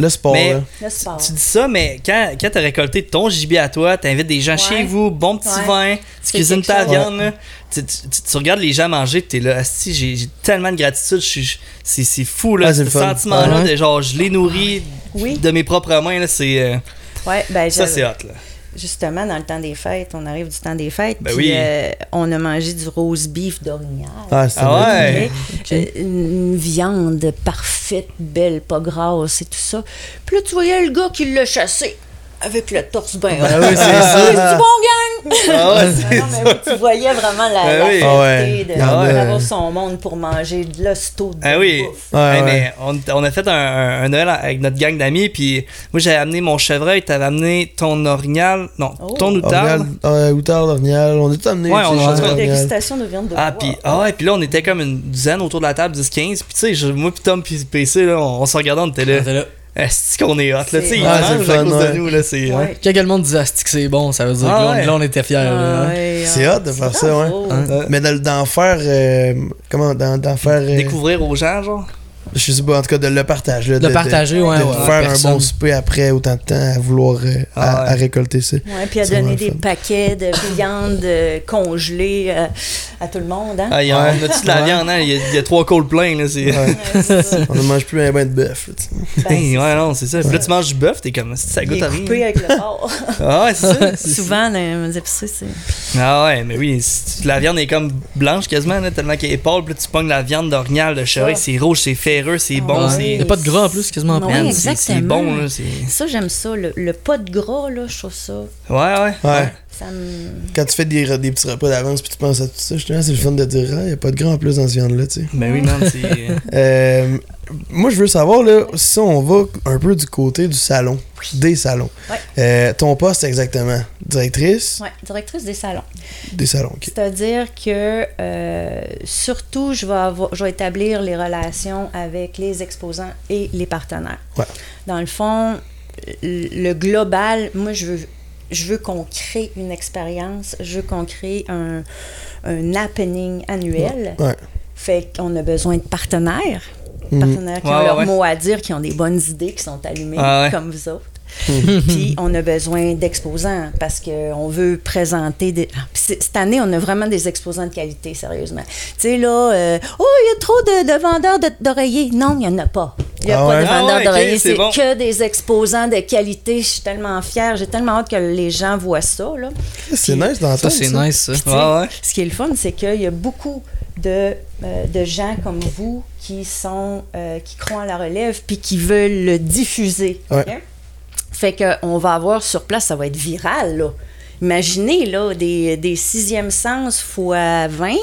A: Le sport,
C: Mais-
A: là.
B: Le sport.
C: Tu dis ça, mais quand, quand t'as récolté ton gibier à toi, t'invites des gens
B: Ouais.
C: chez vous, bon petit
B: Ouais.
C: vin, tu
B: C'est
C: cuisines
B: quelque
C: ta
B: chose.
C: viande, là. tu, tu- tu- tu regardes les gens manger, t'es là, Asti, j'ai j'ai tellement de gratitude, je suis- je- c'est c'est fou, là,
A: Ah, c'est
C: ce
A: le fun.
C: sentiment-là,
D: Ouais.
C: de genre, je les nourris
B: Oui.
C: de mes propres mains, là, c'est. euh,
B: Ouais, ben,
C: ça,
B: j'avais-
C: c'est hot, là.
B: justement, dans le temps des fêtes, on arrive du temps des fêtes,
C: Ben
B: puis
C: oui.
B: euh, on a mangé du roast beef d'orignal.
A: Ah, c'est
C: Ah
A: vrai.
C: ouais.
B: Ok. Euh, Une une viande parfaite, belle, pas grasse et tout ça. Puis là, tu voyais le gars qui l'a chassé avec le torse bien
A: Ah
B: haut.
A: oui, c'est
B: C'est
A: ça.
B: du bon gang!
C: Ah ouais,
B: Non, non, mais oui, tu voyais vraiment la,
C: Ben
B: la
C: oui.
A: Ah ouais. Ben
B: fierté de-
A: Il y en a.
B: d'avoir son monde pour manger de l'hosto de
C: Ah oui.
B: bouffe.
A: Ouais, ouais.
C: Hey, mais on, on a fait un, un- un Noël avec notre gang d'amis, puis moi j'avais amené mon chevreuil, t'avais amené ton orignal, non,
B: Oh.
C: ton outarde.
A: Ornial, euh, Outard, Ornial, on est amené.
C: Ouais, on
A: choses
C: a choisi
B: Une
C: Ah,
A: d'Ornial.
B: dégustation de viande de
C: Ah,
B: bois.
C: puis ah ouais, puis là on était comme une dizaine autour de la table, 10-15, puis tu sais, je- moi puis Tom puis PC, là, on, on se regardait, on était là.
D: T'es là.
C: Est-ce qu'on est hot, là, tu sais,
B: C'est-
C: ils
B: Ouais,
A: Ah, c'est
C: mangent
A: le
C: à
A: fun,
C: cause de
A: ouais.
C: nous, là, c'est. hein.
B: Ouais.
D: Quand quelqu'un dit Asti que c'est bon, ça veut dire
C: Ah
D: que là, on-
C: ouais.
D: là, on était fiers. là, hein.
B: Ah, Ouais,
A: C'est hot de faire ça, ouais. Ah,
B: bravo.
C: Euh,
A: Mais de- d'en faire. euh, comment D'en d'en faire. euh,
C: Découvrir aux gens, genre.
A: Je sais pas, en tout cas, de le partager. là,
D: De
A: de- de-
D: partager, ouais.
A: de
D: ouais,
A: faire
D: personne.
A: un bon souper après autant de temps à vouloir euh, à,
C: Ah ouais.
A: à récolter ça.
B: Ouais, puis à
A: C'est
B: donner
A: vraiment
B: des
A: le fun.
B: paquets de viande euh, congelée euh, à tout le monde. Hein?
C: Ah, il y en on a-tu de la
D: Ouais.
C: viande, hein? Il y, a- il y a trois cols pleins, là, c'est.
A: Ouais.
B: Ouais, c'est ça.
A: on ne mange plus un bain de bœuf. là, tu sais.
B: Ben,
C: Hey, ouais, non, c'est ça. Puis là, tu manges du bœuf, t'es comme, ça
B: il
C: goûte
B: est
C: à
B: coupé
C: rien.
B: avec le porc.
C: Ah, ouais, c'est ça. c'est-
B: Souvent, dans les épiceries, c'est.
C: Ah ouais, mais oui, c'est- la viande est comme blanche quasiment, là, tellement qu'elle est pâle. Puis là, tu pognes la viande d'orignal de chevreuil, c'est rouge, c'est ferreux, c'est bon,
D: Ouais.
C: c'est...
D: Y a pas de gras en plus, quasiment en
B: Non,
D: plus.
C: Man,
B: ouais,
C: c'est-
B: Ah, exactement.
C: c'est bon, là, c'est...
B: Ça, j'aime ça. Le, le pas de gras, là, je trouve ça.
C: Ouais, ouais.
A: Ouais.
B: Ça me.
A: Quand tu fais des, re- des petits repas d'avance puis tu penses à tout ça, justement, c'est le fun de dire Ah, il n'y a pas de grand en plus dans ce viande-là. tu sais.
C: Ben oui, man, c'est...
A: Euh, moi, je veux savoir là, si on va un peu du côté du salon, des salons.
B: Ouais.
A: Euh, ton poste exactement, directrice
B: Ouais, directrice des salons.
A: des salons. ok.
B: C'est-à-dire que euh, surtout, je vais, avoir- je vais établir les relations avec les exposants et les partenaires.
A: Ouais.
B: Dans le fond, le le global, moi, je veux, je veux qu'on crée une expérience, je veux qu'on crée un, un happening annuel.
A: Ouais.
B: Fait qu'on a besoin de partenaires.
A: Mhm.
B: Partenaires qui
C: Ouais,
B: ont
C: ouais,
B: leur
C: ouais. Ah,
B: mot à dire, qui ont des bonnes idées, qui sont allumés
C: Ouais, ouais.
B: comme vous autres.
A: Mhm.
B: Puis on a besoin d'exposants parce qu'on veut présenter des. Ah, puis c'est- cette année, on a vraiment des exposants de qualité, sérieusement. Tu sais, là, euh, oh, il y a trop de, de vendeurs de- d'oreillers. Non, il n'y en a pas. Il n'y a
A: Ah
B: pas
A: ouais?
B: de
C: Ah
B: vendeurs
C: ouais, ok,
B: d'oreillers.
C: c'est
B: c'est
C: bon.
B: que des exposants de qualité. Je suis tellement fière. J'ai tellement hâte que les gens voient ça. Là.
A: C'est nice d'entendre.
D: Ça, c'est
A: ça.
D: nice, ça.
B: Puis, tu sais,
C: Ouais, ouais.
B: Ce qui est le fun, c'est qu'il y a beaucoup de, euh, de gens comme vous qui sont euh, qui croient à la relève puis qui veulent le diffuser.
A: Ouais.
B: ok? Fait qu'on va avoir sur place, ça va être viral, là. Imaginez, là, des, des sixième sens fois 20.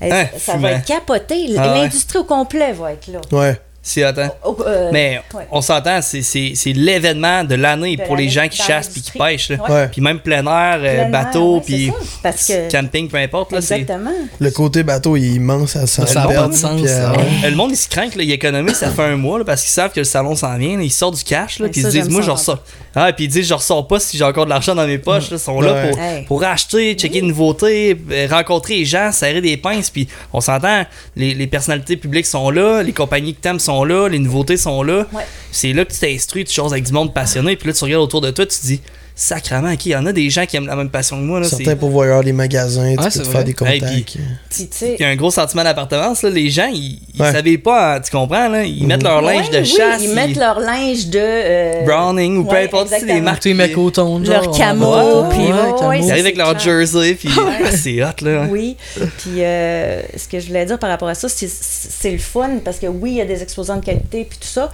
B: Eh,
C: Hein,
B: ça
C: fumant.
B: va être capoté. L-
C: Ah ouais.
B: L'industrie au complet va être là.
A: Ouais.
C: C'est attends.
B: Oh, euh,
C: Mais
B: ouais.
C: on s'entend, c'est- c'est c'est l'événement de l'année
B: De
C: pour les
B: l'année
C: gens qui
B: dans
C: chassent puis qui
B: l'industrie.
C: pêchent. là.
B: Ouais.
A: Ouais.
C: Puis même plein air, euh,
B: Plein air,
C: bateau,
B: ouais, c'est
C: puis
B: ça, parce que-
C: camping, peu importe. Là, c'est-
B: Exactement.
A: Le côté bateau il est immense à 100
D: Ça a pas
A: perdre,
D: de sens,
A: puis, euh,
D: ça.
A: ouais.
C: Euh, Le monde, ils se craignent, là, ils économisent, ça fait un mois, là, parce qu'ils savent que le salon s'en vient, là, ils sortent du cash, là,
B: Mais
C: puis ils
B: ça,
C: se disent,
B: j'aime
C: moi,
B: ça,
C: je ressors. Ah, puis ils disent, je ressors pas si j'ai encore de l'argent dans mes poches, là, ils sont là
A: Ouais.
C: pour,
B: Hey.
C: pour acheter, checker les nouveautés, euh, rencontrer les gens, serrer des pinces, puis on s'entend, les, les personnalités publiques sont là, les compagnies que t'aimes sont là, les nouveautés sont là.
B: Ouais.
C: C'est là que tu t'instruis, tu choses avec du monde passionné, puis là, tu regardes autour de toi, tu te dis, sacrament, qui il y en a des gens qui aiment la même passion que moi, là, c'est-
A: Certains pourvoyeurs, les magasins, tu
D: Ouais,
A: peux
D: c'est
A: te
D: vrai.
A: faire des contacts.
C: Hey,
B: Puis, tu sais,
C: il y a un gros sentiment d'appartenance. là. Les gens, ils, ils
A: Ouais.
C: savaient pas, hein, tu comprends, là? ils mettent leur linge
B: ouais,
C: de
B: oui,
C: chasse.
B: Ils mettent leur linge de. euh,
C: Browning ou peu
B: ouais,
C: importe, tu sais, les
B: exactement.
C: marques.
D: Tous les mecs au ton, genre,
B: leur
D: on
B: camo,
D: va-
B: puis ouais,
D: Ouais, camo.
B: ouais,
C: Ils arrivent avec
B: c'est
C: leur
B: clair.
C: jersey, puis Ah, c'est hot, là. hein.
B: Oui, puis euh, ce que je voulais dire par rapport à ça, c'est- c'est le fun parce que oui, il y a des exposants de qualité puis tout ça,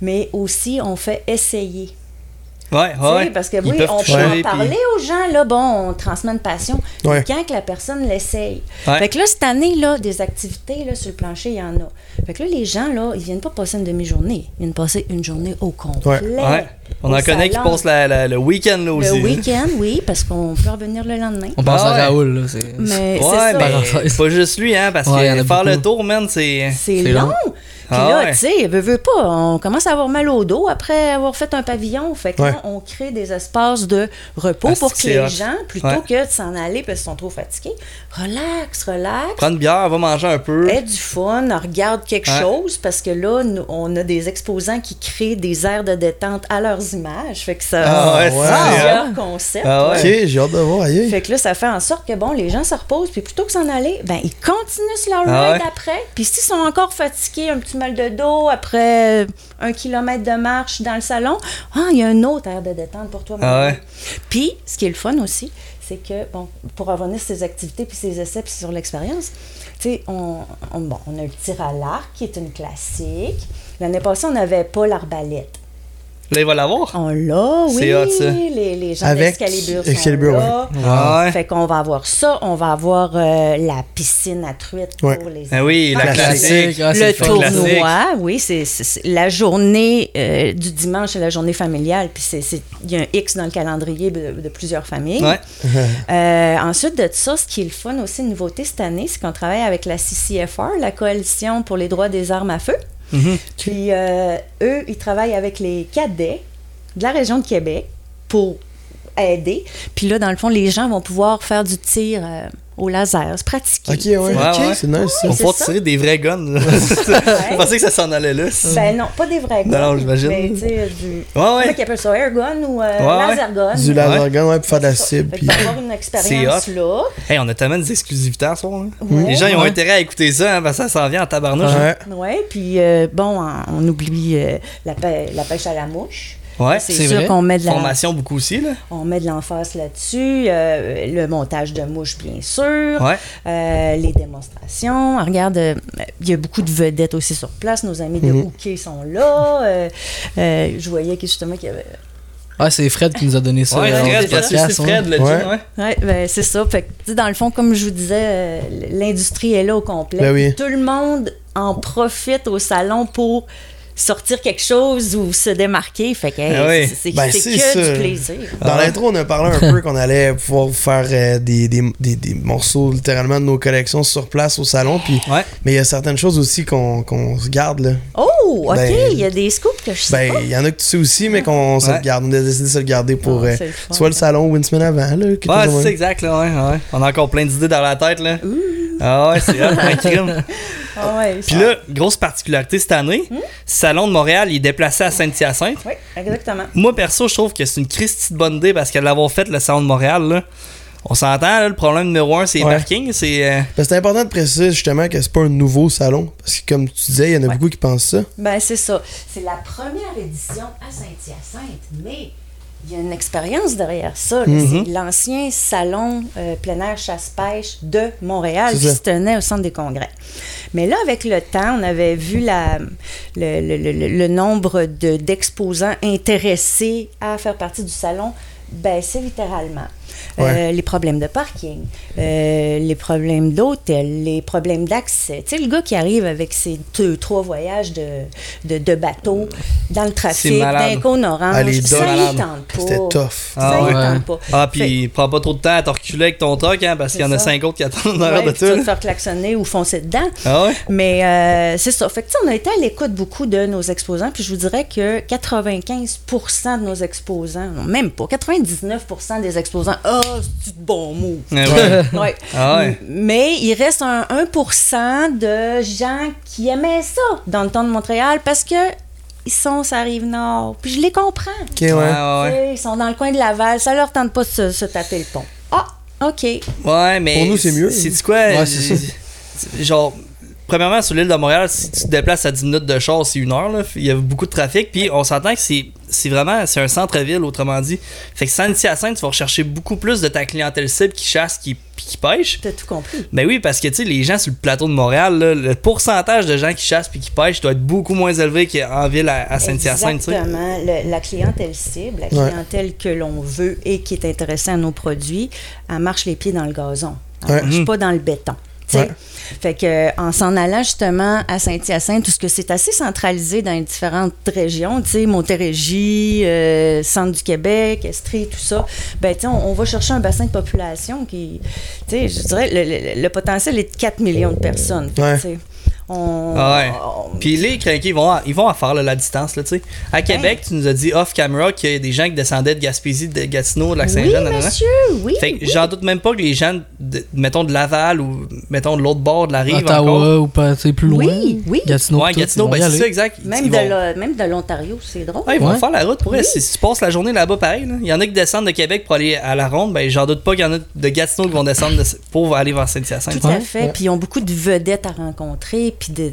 B: mais aussi on fait essayer.
C: Ouais,
B: Tu sais,
C: ouais.
B: Parce que
C: Ils
B: oui,
C: peuvent
B: on peut
C: toucher,
B: en
C: puis-
B: parler aux gens, là, bon, on transmet une passion.
A: Ouais.
B: Mais Quand que la personne l'essaye.
C: Ouais.
B: Fait que là, cette année, là, des activités là, sur le plancher, il y en a. Fait que là, les gens, là, ils viennent pas passer une demi-journée. Ils viennent passer une journée au complet.
C: Ouais. On
B: au
C: en connaît qui
B: salon.
C: passent la- la- le week-end là, aussi.
B: Le week-end, oui, parce qu'on peut revenir le lendemain.
D: On pense
C: Ah
D: à
C: ouais.
D: Raoul, là. c'est-
B: Mais c'est
C: Ouais, ben,
B: ça.
C: mais
D: Parenthèse.
C: pas juste lui, hein, parce
D: Ouais, y en
C: que
D: a
C: faire
D: beaucoup.
C: le tour, man, c'est.
B: C'est
D: C'est
B: long.
D: long.
B: Puis
C: Ah
B: là,
C: ouais.
B: tu sais, veux, veux pas, on commence à avoir mal au dos après avoir fait un pavillon. Fait que
A: Ouais.
B: là, on crée des espaces de repos
C: Ah,
B: pour
C: c'est
B: que
C: que
B: les
C: c'est hot.
B: gens, plutôt
C: Ouais.
B: que de s'en aller parce qu'ils sont trop fatigués, relax, relax.
C: Prendre une bière, va manger un peu.
B: Aie du fun, regarde quelque
C: Ouais.
B: chose parce que là, nous, on a des exposants qui créent des aires de détente à leurs images. Fait que ça,
C: Ah ouais,
B: c'est
A: c'est
B: plusieurs
C: hot.
B: concepts.
C: Ah ouais.
A: Ok, j'ai hâte de voir. aïe.
B: Fait que là, ça fait en sorte que, bon, les gens se reposent, puis plutôt que s'en aller, ben, ils continuent sur leur
C: Ah
B: ride
C: ouais?
B: après. Puis s'ils sont encore fatigués, un petit mal de dos, après un kilomètre de marche dans le salon, ah, il y a une autre aire de détente pour toi, mon
C: Ah
B: ami.
C: ouais.
B: Puis, ce qui est le fun aussi, c'est que, bon, pour revenir sur ces activités, puis ces essais, puis sur l'expérience, tu sais, on, on- bon, on a le tir à l'arc, qui est une classique. L'année passée, on n'avait pas l'arbalète.
C: Là, il va l'avoir.
B: On l'a, oui.
C: C'est hot, ça.
B: Les, les gens
A: Avec
B: d'Excalibur sont
A: Excalibur,
B: là.
C: Ah ouais.
B: Fait qu'on va avoir ça, on va avoir euh, la piscine à truites
A: Ouais.
B: pour les
C: Ah oui, la
A: La
C: classique.
D: classique, ah, c'est
B: le
D: fun.
B: tournoi,
C: Classique.
B: oui, c'est c'est- c'est la journée euh, du dimanche, c'est la journée familiale, puis c'est- c'est- il y a un X dans le calendrier de, de plusieurs familles.
C: Ouais.
B: Euh, ensuite de ça, ce qui est le fun aussi, une nouveauté cette année, c'est qu'on travaille avec la CCFR, la Coalition pour les droits des armes à feu. Puis euh, eux, ils travaillent avec les cadets de la région de Québec pour aider. Puis là, dans le fond, les gens vont pouvoir faire du tir euh, au laser, se pratiquer.
A: Ok, ouais.
C: Ouais, ouais.
A: Ok, c'est nice ça.
C: On
B: c'est
C: va
B: ça.
C: tirer des vrais guns. là. Je pensais que ça s'en allait là.
B: Ben non, pas des vrais guns.
C: Non, non, j'imagine.
B: Mais tu sais, du.
C: Ouais, ouais.
B: Comment ils appellent ça air gun ou euh,
C: Ouais, ouais.
B: laser gun.
A: Du laser gun, ouais, pour faire de la cible.
B: Fait
A: Puis...
B: que pour avoir une expérience
C: C'est
B: là.
C: Hey, on a tellement des exclusivités à ce soir. là.
B: Ouais.
C: Les gens, ils ont
D: Ouais.
C: intérêt à écouter ça, hein, parce que ça s'en vient en tabarnouche.
A: Ouais.
B: Oui, puis euh, bon, en- on oublie euh, la, pê- la pêche à la mouche.
C: hein. Ouais,
B: c'est sûr qu'on met de la-
C: Formation beaucoup aussi, là.
B: On met de l'emphase là-dessus, euh, le montage de mouches, bien sûr,
C: Ouais.
B: euh, les démonstrations. Ah, Regarde, euh, il y a beaucoup de vedettes aussi sur place. Nos amis de
C: Mm-hmm.
B: Hooké sont là. euh, euh, je voyais que, justement qu'il y avait.
D: Ah, c'est Fred qui nous a donné ça.
C: Ouais,
D: euh,
C: Fred,
D: au
C: parce que
D: podcast,
C: c'est Fred,
D: ouais.
C: le
A: Ouais.
C: gym, ouais.
B: Oui, ben, c'est ça. Fait que, tu sais, dans le fond, comme je vous disais, euh, l'industrie est là au complet.
A: Ben oui.
B: Tout le monde en profite au salon pour sortir quelque chose ou se démarquer. Fait que hey,
C: Ah oui.
B: c'est- c'est
A: Ben,
B: c'est
A: c'est
B: que
A: ça.
B: du plaisir.
A: Dans l'intro, on a parlé un peu qu'on allait pouvoir faire euh, des, des, des, des morceaux littéralement de nos collections sur place au salon. Puis,
C: Ouais.
A: Mais il y a certaines choses aussi qu'on qu'on se garde. Là.
B: Oh, OK,
A: Ben,
B: il y a des scoops que je sais
A: Ben, il y en a que tu sais aussi, mais qu'on se
C: Ouais.
A: garde. On a décidé de se le garder pour
B: Ah,
A: euh,
B: c'est le fun,
A: soit le
B: hein.
A: salon ou une semaine avant. Là, quelque
C: Ouais,
A: chose de
C: c'est
A: même.
C: exact, là, ouais, ouais. On a encore plein d'idées dans la tête, là. Ah ouais, c'est hot, un crime.
B: pas. Ah ouais,
C: Puis
B: ça-
C: là, grosse particularité cette année, Salon de Montréal, il est déplacé à Sainte-Hyacinthe.
B: Oui, exactement.
C: Moi, perso, je trouve que c'est une Christie de bonne idée parce que de l'avoir fait, le Salon de Montréal, là, on s'entend, là, le problème numéro un, c'est les
A: Ouais.
C: parkings. C'est, euh,
A: Parce que c'est important de préciser justement que c'est pas un nouveau salon. Parce que comme tu disais, il y en a beaucoup qui pensent ça.
B: Ben, c'est ça. C'est la première édition à Saint-Hyacinthe, mais il y a une expérience derrière ça. là.
A: Mhm.
B: C'est l'ancien salon euh, plein air chasse-pêche de Montréal
A: C'est
B: qui
A: ça.
B: se tenait au centre des congrès. Mais là, avec le temps, on avait vu la, le, le- le- le- le nombre de- d'exposants intéressés à faire partie du salon baisser littéralement. Euh,
A: Ouais.
B: les problèmes de parking, euh, les problèmes d'hôtel, les problèmes d'accès. Tu sais, le gars qui arrive avec ses deux, trois voyages de, de, de bateau dans le trafic,
C: malade.
B: d'un cône orange,
A: Ah, les
B: ça
A: dogs.
B: ne tente pas.
A: C'était tough.
B: Ça
C: Ah
B: y
D: ouais.
B: tente pas.
C: Ah,
B: Fait-
C: puis prends pas trop de temps à te reculer avec ton truck, hein, parce qu'il y en a
B: C'est ça.
C: cinq autres qui attendent en
B: Ouais,
C: arrière de
B: puis tu vas te
C: toi.
B: faire klaxonner ou foncer dedans.
C: Ah ouais?
B: Mais euh, c'est ça. Fait que, tu sais, on a été à l'écoute beaucoup de nos exposants, puis je vous dirais que 95 de nos exposants, non, même pas, 99 des exposants, ah, c'est du bon move.
C: Ah ouais.
B: Ouais.
C: Ah ouais.
B: Mais il reste un 1 de gens qui aimaient ça dans le temps de Montréal parce que ils sont sur la rive nord. Puis je les comprends.
A: Ok, ouais.
C: Ah ouais.
B: Tu sais, Ils sont dans le coin de Laval, ça leur tente pas de se, se taper le pont. Ah, OK.
C: Ouais, mais.
A: Pour nous, c'est mieux.
C: C'est quoi?
D: Ouais, c'est ça.
C: Genre, premièrement, sur l'île de Montréal, si tu te déplaces à 10 minutes de char, c'est une heure. là. Il y a beaucoup de trafic. Puis on s'entend que c'est c'est vraiment c'est un centre-ville, autrement dit. Fait que Saint-Hyacinthe, tu vas rechercher beaucoup plus de ta clientèle cible qui chasse, qui, qui pêche.
B: T'as tout compris.
C: Ben oui, parce que tu sais, les gens sur le plateau de Montréal, là, le pourcentage de gens qui chassent puis qui pêchent doit être beaucoup moins élevé qu'en ville à, à Saint-Hyacinthe. tu sais.
B: Exactement. Le- la clientèle cible, la
A: Ouais.
B: clientèle que l'on veut et qui est intéressée à nos produits, elle marche les pieds dans le gazon. Elle
A: Ouais.
C: Hum.
B: marche pas dans le béton. tu sais.
A: Ouais.
B: Fait que euh, en s'en allant justement à Saint-Hyacinthe, tout ce que c'est assez centralisé dans les différentes régions, tu sais, Montérégie, euh, centre du Québec, Estrie, tout ça, ben tu sais, on, on va chercher un bassin de population qui, tu sais, je dirais, le, le- le potentiel est de 4 millions de personnes. Fait que,
A: Ouais.
B: tu sais, on-
C: Ah ouais.
B: on-
C: Puis les craqués, ils vont à, ils vont à faire là, la distance, là, tu sais. À Québec, tu nous as dit off-camera qu'il y a des gens qui descendaient de Gaspésie, de Gatineau, de
B: Oui,
C: Lac-Saint-Jean, nanana.
B: monsieur, oui.
C: Fait que j'en doute même pas que les gens, de- mettons, de Laval ou, mettons, de l'autre bord de la rive encore.
D: Ottawa ou pas, tu sais, plus loin.
B: Oui, oui.
D: Gatineau,
C: Ouais,
D: tout,
C: Gatineau,
D: ils
C: ben
D: vont y
C: c'est
D: aller.
C: ça, exact.
B: Même
C: Ils
B: de,
C: vont-
B: la- même de l'Ontario, c'est drôle.
A: Ah,
C: Ouais, ils vont
D: Ouais.
C: faire la route pour
B: Oui.
C: elle. Si si tu passes la journée là-bas, pareil. là. Il y en a qui descendent de Québec pour aller à la ronde. Ben, j'en doute pas qu'il y en a de Gatineau qui vont descendre de- pour aller vers Saint-Hyacinthe.
B: Tout à
D: Ouais,
B: fait.
A: ouais.
B: Puis ils ont beaucoup de vedettes à rencontrer. Puis de,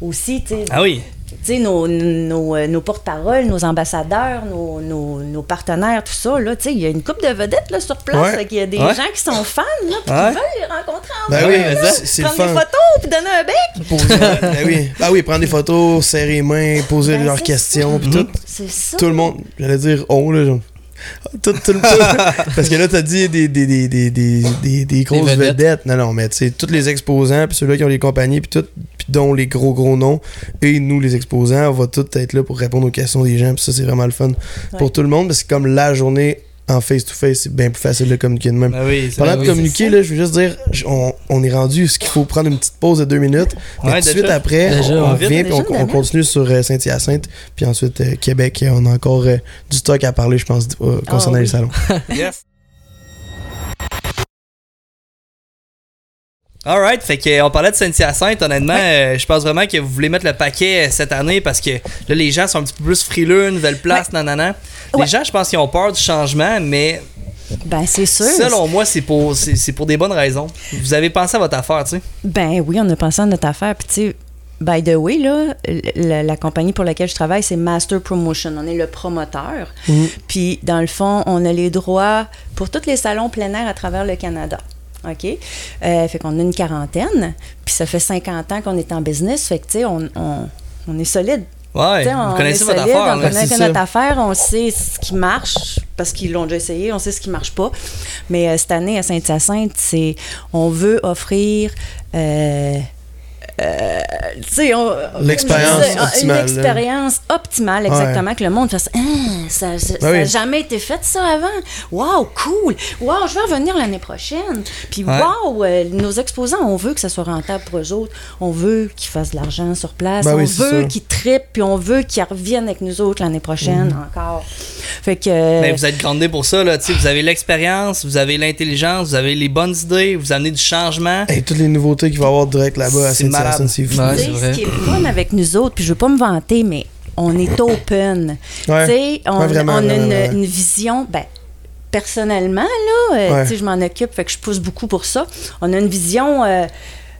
B: aussi, tu sais,
C: Ah oui.
B: tu sais, nos, nos, euh, nos porte-paroles, nos ambassadeurs, nos, nos, nos partenaires, tout ça, là, tu sais, il y a une coupe de vedettes là, sur place.
A: Ouais.
B: Fait qu'il y a des
C: Ouais.
B: gens qui sont fans, là, puis
C: Ouais.
B: qui veulent les rencontrer en
A: Ben
B: vrai,
A: oui,
B: là.
A: mais c'est- c'est le
B: Prendre des
A: fun.
B: photos, puis donner un bec.
A: Poser- ben oui. Ah oui, prendre des photos, serrer les mains, poser
B: Ben,
A: leurs
B: c'est
A: questions, puis tout.
B: C'est ça.
A: Tout le monde, j'allais dire on, là, genre. Tout, tout le tout- Parce que là, t'as dit des, des, des, des, des, des, des grosses
D: Des
A: vedettes.
D: vedettes.
A: Non, non, mais tu sais, tous les exposants, puis ceux-là qui ont les compagnies, puis tout, puis dont les gros, gros noms, et nous, les exposants, on va tous être là pour répondre aux questions des gens, puis ça, c'est vraiment le fun pour tout le monde, parce que comme la journée en face-to-face, c'est bien plus facile de communiquer de même.
C: Ben oui. c'est-
A: Pendant de
D: oui,
A: communiquer,
B: c'est
A: là, je veux juste dire, j- on, on est rendu, ce qu'il faut prendre une petite pause de deux minutes. Mais
C: Ouais,
A: tout de
C: déjà.
A: suite après,
D: Déjà,
A: on, on
D: ouais.
A: revient puis
B: Déjà
A: on,
B: une
A: on
B: demi-heure.
A: continue sur euh, Saint-Hyacinthe. Puis ensuite, euh, Québec, euh, on a encore euh, du stock à parler, je pense, d- euh, concernant
B: Ah, oui.
A: les salons.
C: Yes. Alright, fait que, euh, on parlait de Saint-Hyacinthe, honnêtement, euh, je pense vraiment que vous voulez mettre le paquet euh, cette année parce que là, les gens sont un petit peu plus frileux, nouvelle place, nanana. Les
B: Ouais.
C: gens, je pense qu'ils ont peur du changement, mais
B: Ben, c'est sûr.
C: selon moi, c'est pour, c'est, c'est pour des bonnes raisons. Vous avez pensé à votre affaire, tu sais.
B: Ben oui, on a pensé à notre affaire. Puis tu sais, by the way, là, la, la compagnie pour laquelle je travaille, c'est Master Promotion. On est le promoteur. Puis dans le fond, on a les droits pour tous les salons plein air à travers le Canada. OK? Euh, fait qu'on a une quarantaine. Puis ça fait 50 ans qu'on est en business. Fait que tu sais, on, on, on est solide.
C: Ouais,
B: Tu sais,
C: vous
B: on
C: connaissez
B: est
C: votre
B: solide,
C: affaire.
B: On
C: là.
B: connaît
A: c'est
B: notre
A: ça.
B: affaire, on sait ce qui marche parce qu'ils l'ont déjà essayé, on sait ce qui marche pas. Mais euh, cette année à Saint-Hyacinthe, c'est on veut offrir. euh, euh, tu sais, on-
A: L'expérience
B: je disais,
A: optimale, là.
B: Une expérience optimale, exactement, que le monde fasse Ah, ça
A: Ben oui.
B: n'a jamais été fait ça avant. Waouh, cool. Waouh, je vais revenir l'année prochaine. Puis
C: Ouais.
B: waouh, euh, nos exposants, on veut que ça soit rentable pour eux autres. On veut qu'ils fassent de l'argent sur place.
A: Ben
B: on
A: oui, c'est
B: veut
A: ça.
B: qu'ils trippent, puis on veut qu'ils reviennent avec nous autres l'année prochaine encore. Fait que.
C: Mais Ben, vous êtes grandé pour ça, là, tu sais, vous avez l'expérience, vous avez l'intelligence, vous avez les bonnes idées, vous amenez du changement.
A: Et toutes les nouveautés qu'il va y avoir direct là-bas à
C: C'est malade.
A: Saint-Hyacinthe, c'est fou.
D: Ouais.
B: Tu sais,
D: c'est vrai.
B: ce qui est le fun avec nous autres, puis je veux pas me vanter, mais on est open.
A: Ouais.
B: Tu sais, on,
A: Ouais, vraiment,
B: on a
A: vraiment,
B: une,
A: ouais.
B: une vision, ben, personnellement, là, euh,
A: Ouais.
B: tu sais, je m'en occupe, fait que je pousse beaucoup pour ça. On a une vision euh,